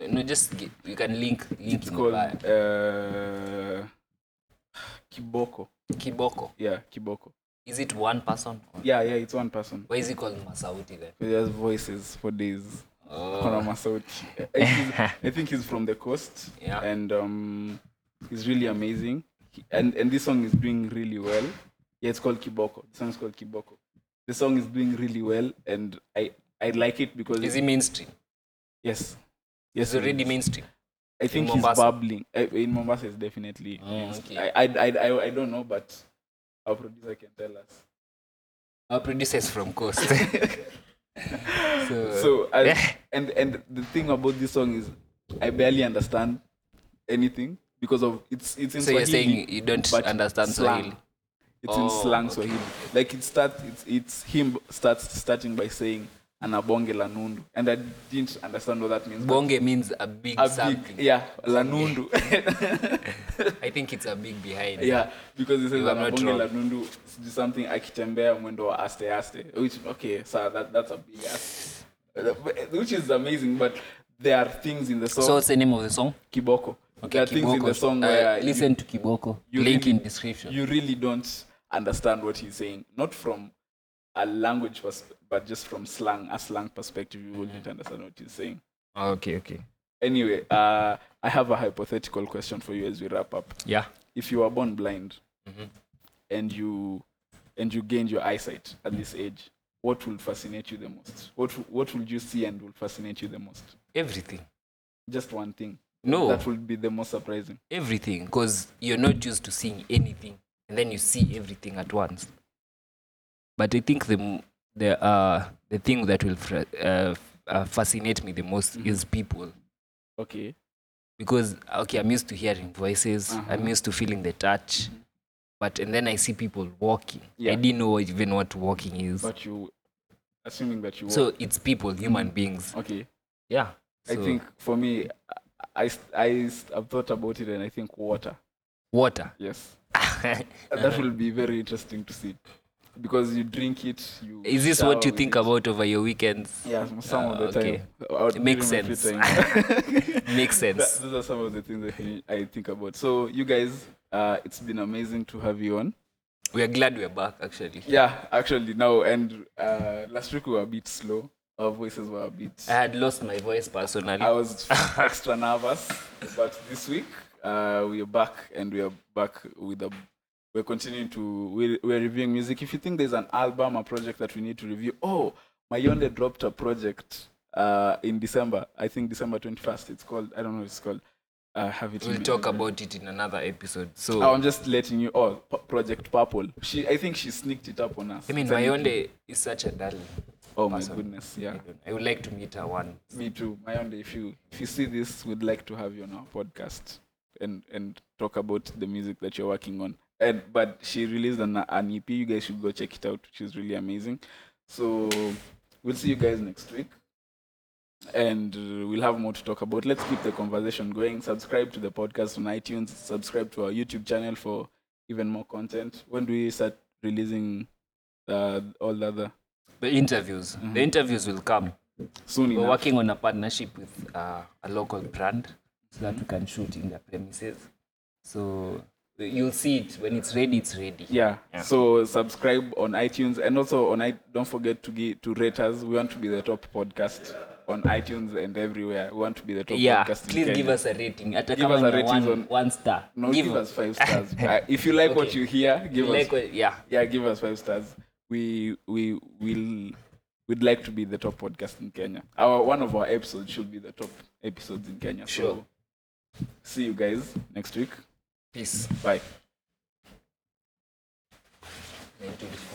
[SPEAKER 6] No, just gi- you can link link
[SPEAKER 3] It's
[SPEAKER 6] in
[SPEAKER 3] called
[SPEAKER 6] the bio.
[SPEAKER 3] uh, Kiboko.
[SPEAKER 6] Kiboko.
[SPEAKER 3] Yeah, Kiboko.
[SPEAKER 6] Is it one person? Or-
[SPEAKER 3] Yeah, yeah, it's one person.
[SPEAKER 6] Why is he called Masauti then?
[SPEAKER 3] There's voices for days. Kuna
[SPEAKER 6] [laughs]
[SPEAKER 3] Masauti. I, think- I think he's from the coast.
[SPEAKER 6] Yeah.
[SPEAKER 3] And um, he's really amazing. He- And and this song is doing really well. Yeah, it's called Kiboko. The song is called Kiboko. The song is doing really well, and I I like it because
[SPEAKER 6] Is he mainstream?
[SPEAKER 3] yes,
[SPEAKER 6] He's
[SPEAKER 3] yes, it
[SPEAKER 6] already
[SPEAKER 3] is.
[SPEAKER 6] mainstream.
[SPEAKER 3] I think he's
[SPEAKER 6] Mombasa?
[SPEAKER 3] bubbling Uh, in Mombasa. Is definitely.
[SPEAKER 6] Oh, okay.
[SPEAKER 3] I, I I I I don't know, but our producer can tell us. Uh,
[SPEAKER 6] Our producer is from [laughs] Coast. so,
[SPEAKER 3] so uh, I,
[SPEAKER 6] Eh.
[SPEAKER 3] and and the thing about this song is I barely understand anything because of it's it's in
[SPEAKER 6] so you're
[SPEAKER 3] Swahili,
[SPEAKER 6] saying you don't
[SPEAKER 3] but
[SPEAKER 6] understand
[SPEAKER 3] slang.
[SPEAKER 6] Swahili?
[SPEAKER 3] It's in slang Swahili. Like it starts, it's, it's him starts starting by saying anabonge lanundu, and I didn't understand what that means. but
[SPEAKER 6] bonge means a big
[SPEAKER 3] a
[SPEAKER 6] something
[SPEAKER 3] big, yeah,
[SPEAKER 6] [laughs]
[SPEAKER 3] lanundu,
[SPEAKER 6] i think it's a big behind
[SPEAKER 3] [laughs] yeah, because he says
[SPEAKER 6] You are not
[SPEAKER 3] anabonge
[SPEAKER 6] wrong.
[SPEAKER 3] lanundu, sijui something akitembea mwendo wa aste aste, which okay, so that that's a big
[SPEAKER 6] [sighs]
[SPEAKER 3] ass, which is amazing, but there are things in the song
[SPEAKER 6] so what's the name of the song
[SPEAKER 3] kiboko. there are things in the song where
[SPEAKER 6] uh,
[SPEAKER 3] you-
[SPEAKER 6] listen to kiboko
[SPEAKER 3] you
[SPEAKER 6] link
[SPEAKER 3] really-
[SPEAKER 6] in description
[SPEAKER 3] you really don't understand what he's saying not from a language pers- but just from slang a slang perspective you
[SPEAKER 6] Mm.
[SPEAKER 3] wouldn't understand what he's saying
[SPEAKER 6] Ah, okay okay
[SPEAKER 3] anyway uh, i have a hypothetical question for you as we wrap up
[SPEAKER 6] yeah
[SPEAKER 3] if you were born blind
[SPEAKER 6] Mm-hmm.
[SPEAKER 3] and you and you gained your eyesight at this age what will fascinate you the most what w- what would you see and will fascinate you the most
[SPEAKER 6] everything
[SPEAKER 3] just one thing
[SPEAKER 6] No.
[SPEAKER 3] that would be the most surprising
[SPEAKER 6] everything because you're not used to seeing anything and then you see everything at once but i think the m- the uh the thing that will fra- uh, f- uh, fascinate me the most
[SPEAKER 3] Mm.
[SPEAKER 6] is people
[SPEAKER 3] okay
[SPEAKER 6] because okay i'm used to hearing voices i'm
[SPEAKER 3] Uh-huh.
[SPEAKER 6] used to feeling the touch but and then i see people walking
[SPEAKER 3] Yeah.
[SPEAKER 6] i didn't know even what walking is
[SPEAKER 3] but you assuming that you
[SPEAKER 6] so it's people human beings
[SPEAKER 3] okay
[SPEAKER 6] yeah
[SPEAKER 3] I
[SPEAKER 6] So,
[SPEAKER 3] think for me, I, I, I have thought about it and I think water.
[SPEAKER 6] water
[SPEAKER 3] Yes. [laughs] That will be very interesting to see. Because you drink it, you.
[SPEAKER 6] [laughs] is this what you
[SPEAKER 3] shower
[SPEAKER 6] think
[SPEAKER 3] with
[SPEAKER 6] about over your weekends
[SPEAKER 3] it. Yeah, some- some
[SPEAKER 6] Ah,
[SPEAKER 3] of the
[SPEAKER 6] okay.
[SPEAKER 3] time. Out
[SPEAKER 6] It makes
[SPEAKER 3] during my free
[SPEAKER 6] sense. [laughs]
[SPEAKER 3] time.
[SPEAKER 6] makes sense
[SPEAKER 3] That- those are some of the things that I I think about. So, you guys, uh, it's been amazing to have you on.
[SPEAKER 6] We are glad we're back, actually.
[SPEAKER 3] Yeah, actually, now, and uh, last week we were a bit slow. Our voices were a bit.
[SPEAKER 6] I had lost my voice personally.
[SPEAKER 3] I was [laughs] extra nervous, but this week uh, we are back and we are back with a. We're continuing to we're, we're reviewing music. If you think there's an album, a project that we need to review, oh, Mayonde dropped a project uh, in December. I think December twenty first. It's called I don't know. What it's called. Uh, have it. in
[SPEAKER 6] we'll
[SPEAKER 3] my
[SPEAKER 6] talk
[SPEAKER 3] memory.
[SPEAKER 6] about it in another episode. So,
[SPEAKER 3] Oh, I'm just letting you. Oh, P- Project Purple. She, I think she sneaked it up on us.
[SPEAKER 6] I mean,
[SPEAKER 3] It's an-
[SPEAKER 6] Mayonde is such a darling.
[SPEAKER 3] Oh my
[SPEAKER 6] person.
[SPEAKER 3] goodness,
[SPEAKER 6] I
[SPEAKER 3] yeah.
[SPEAKER 6] don't- I would like to meet her one.
[SPEAKER 3] Me too. Mayonde, if you if you see this, we'd like to have you on our podcast and and talk about the music that you're working on. And but she released an, an EP. You guys should go check it out. She's really amazing. So we'll see you guys next week, and uh, we'll have more to talk about. Let's keep the conversation going. Subscribe to the podcast on iTunes. Subscribe to our YouTube channel for even more content. When do we start releasing uh, all the other?
[SPEAKER 6] The interviews. The
[SPEAKER 3] Mm-hmm.
[SPEAKER 6] interviews will come.
[SPEAKER 3] Soon
[SPEAKER 6] We're
[SPEAKER 3] enough.
[SPEAKER 6] working on a partnership with uh, a local brand so that we can shoot in their premises. So, you'll see it. When it's ready, it's ready.
[SPEAKER 3] Yeah.
[SPEAKER 6] Yeah.
[SPEAKER 3] So subscribe on iTunes and also on I don't forget to get to rate us. We want to be the top podcast on iTunes and everywhere. We want to be the top
[SPEAKER 6] Yeah,
[SPEAKER 3] podcast. in
[SPEAKER 6] please
[SPEAKER 3] Kenya.
[SPEAKER 6] give us a rating. Hata
[SPEAKER 3] Give
[SPEAKER 6] kama
[SPEAKER 3] us a
[SPEAKER 6] ni
[SPEAKER 3] rating
[SPEAKER 6] one,
[SPEAKER 3] on-
[SPEAKER 6] one star.
[SPEAKER 3] no, give, us
[SPEAKER 6] [laughs]
[SPEAKER 3] five stars. Uh, if you like what
[SPEAKER 6] Okay.
[SPEAKER 3] you hear, give us
[SPEAKER 6] Like what- yeah.
[SPEAKER 3] yeah, give us five stars. We we will we'd like to be the top podcast in Kenya. Our one of our episodes should be the top episodes in Kenya.
[SPEAKER 6] Sure.
[SPEAKER 3] So see you guys next week.
[SPEAKER 6] Peace.
[SPEAKER 3] Bye.
[SPEAKER 6] Thank you.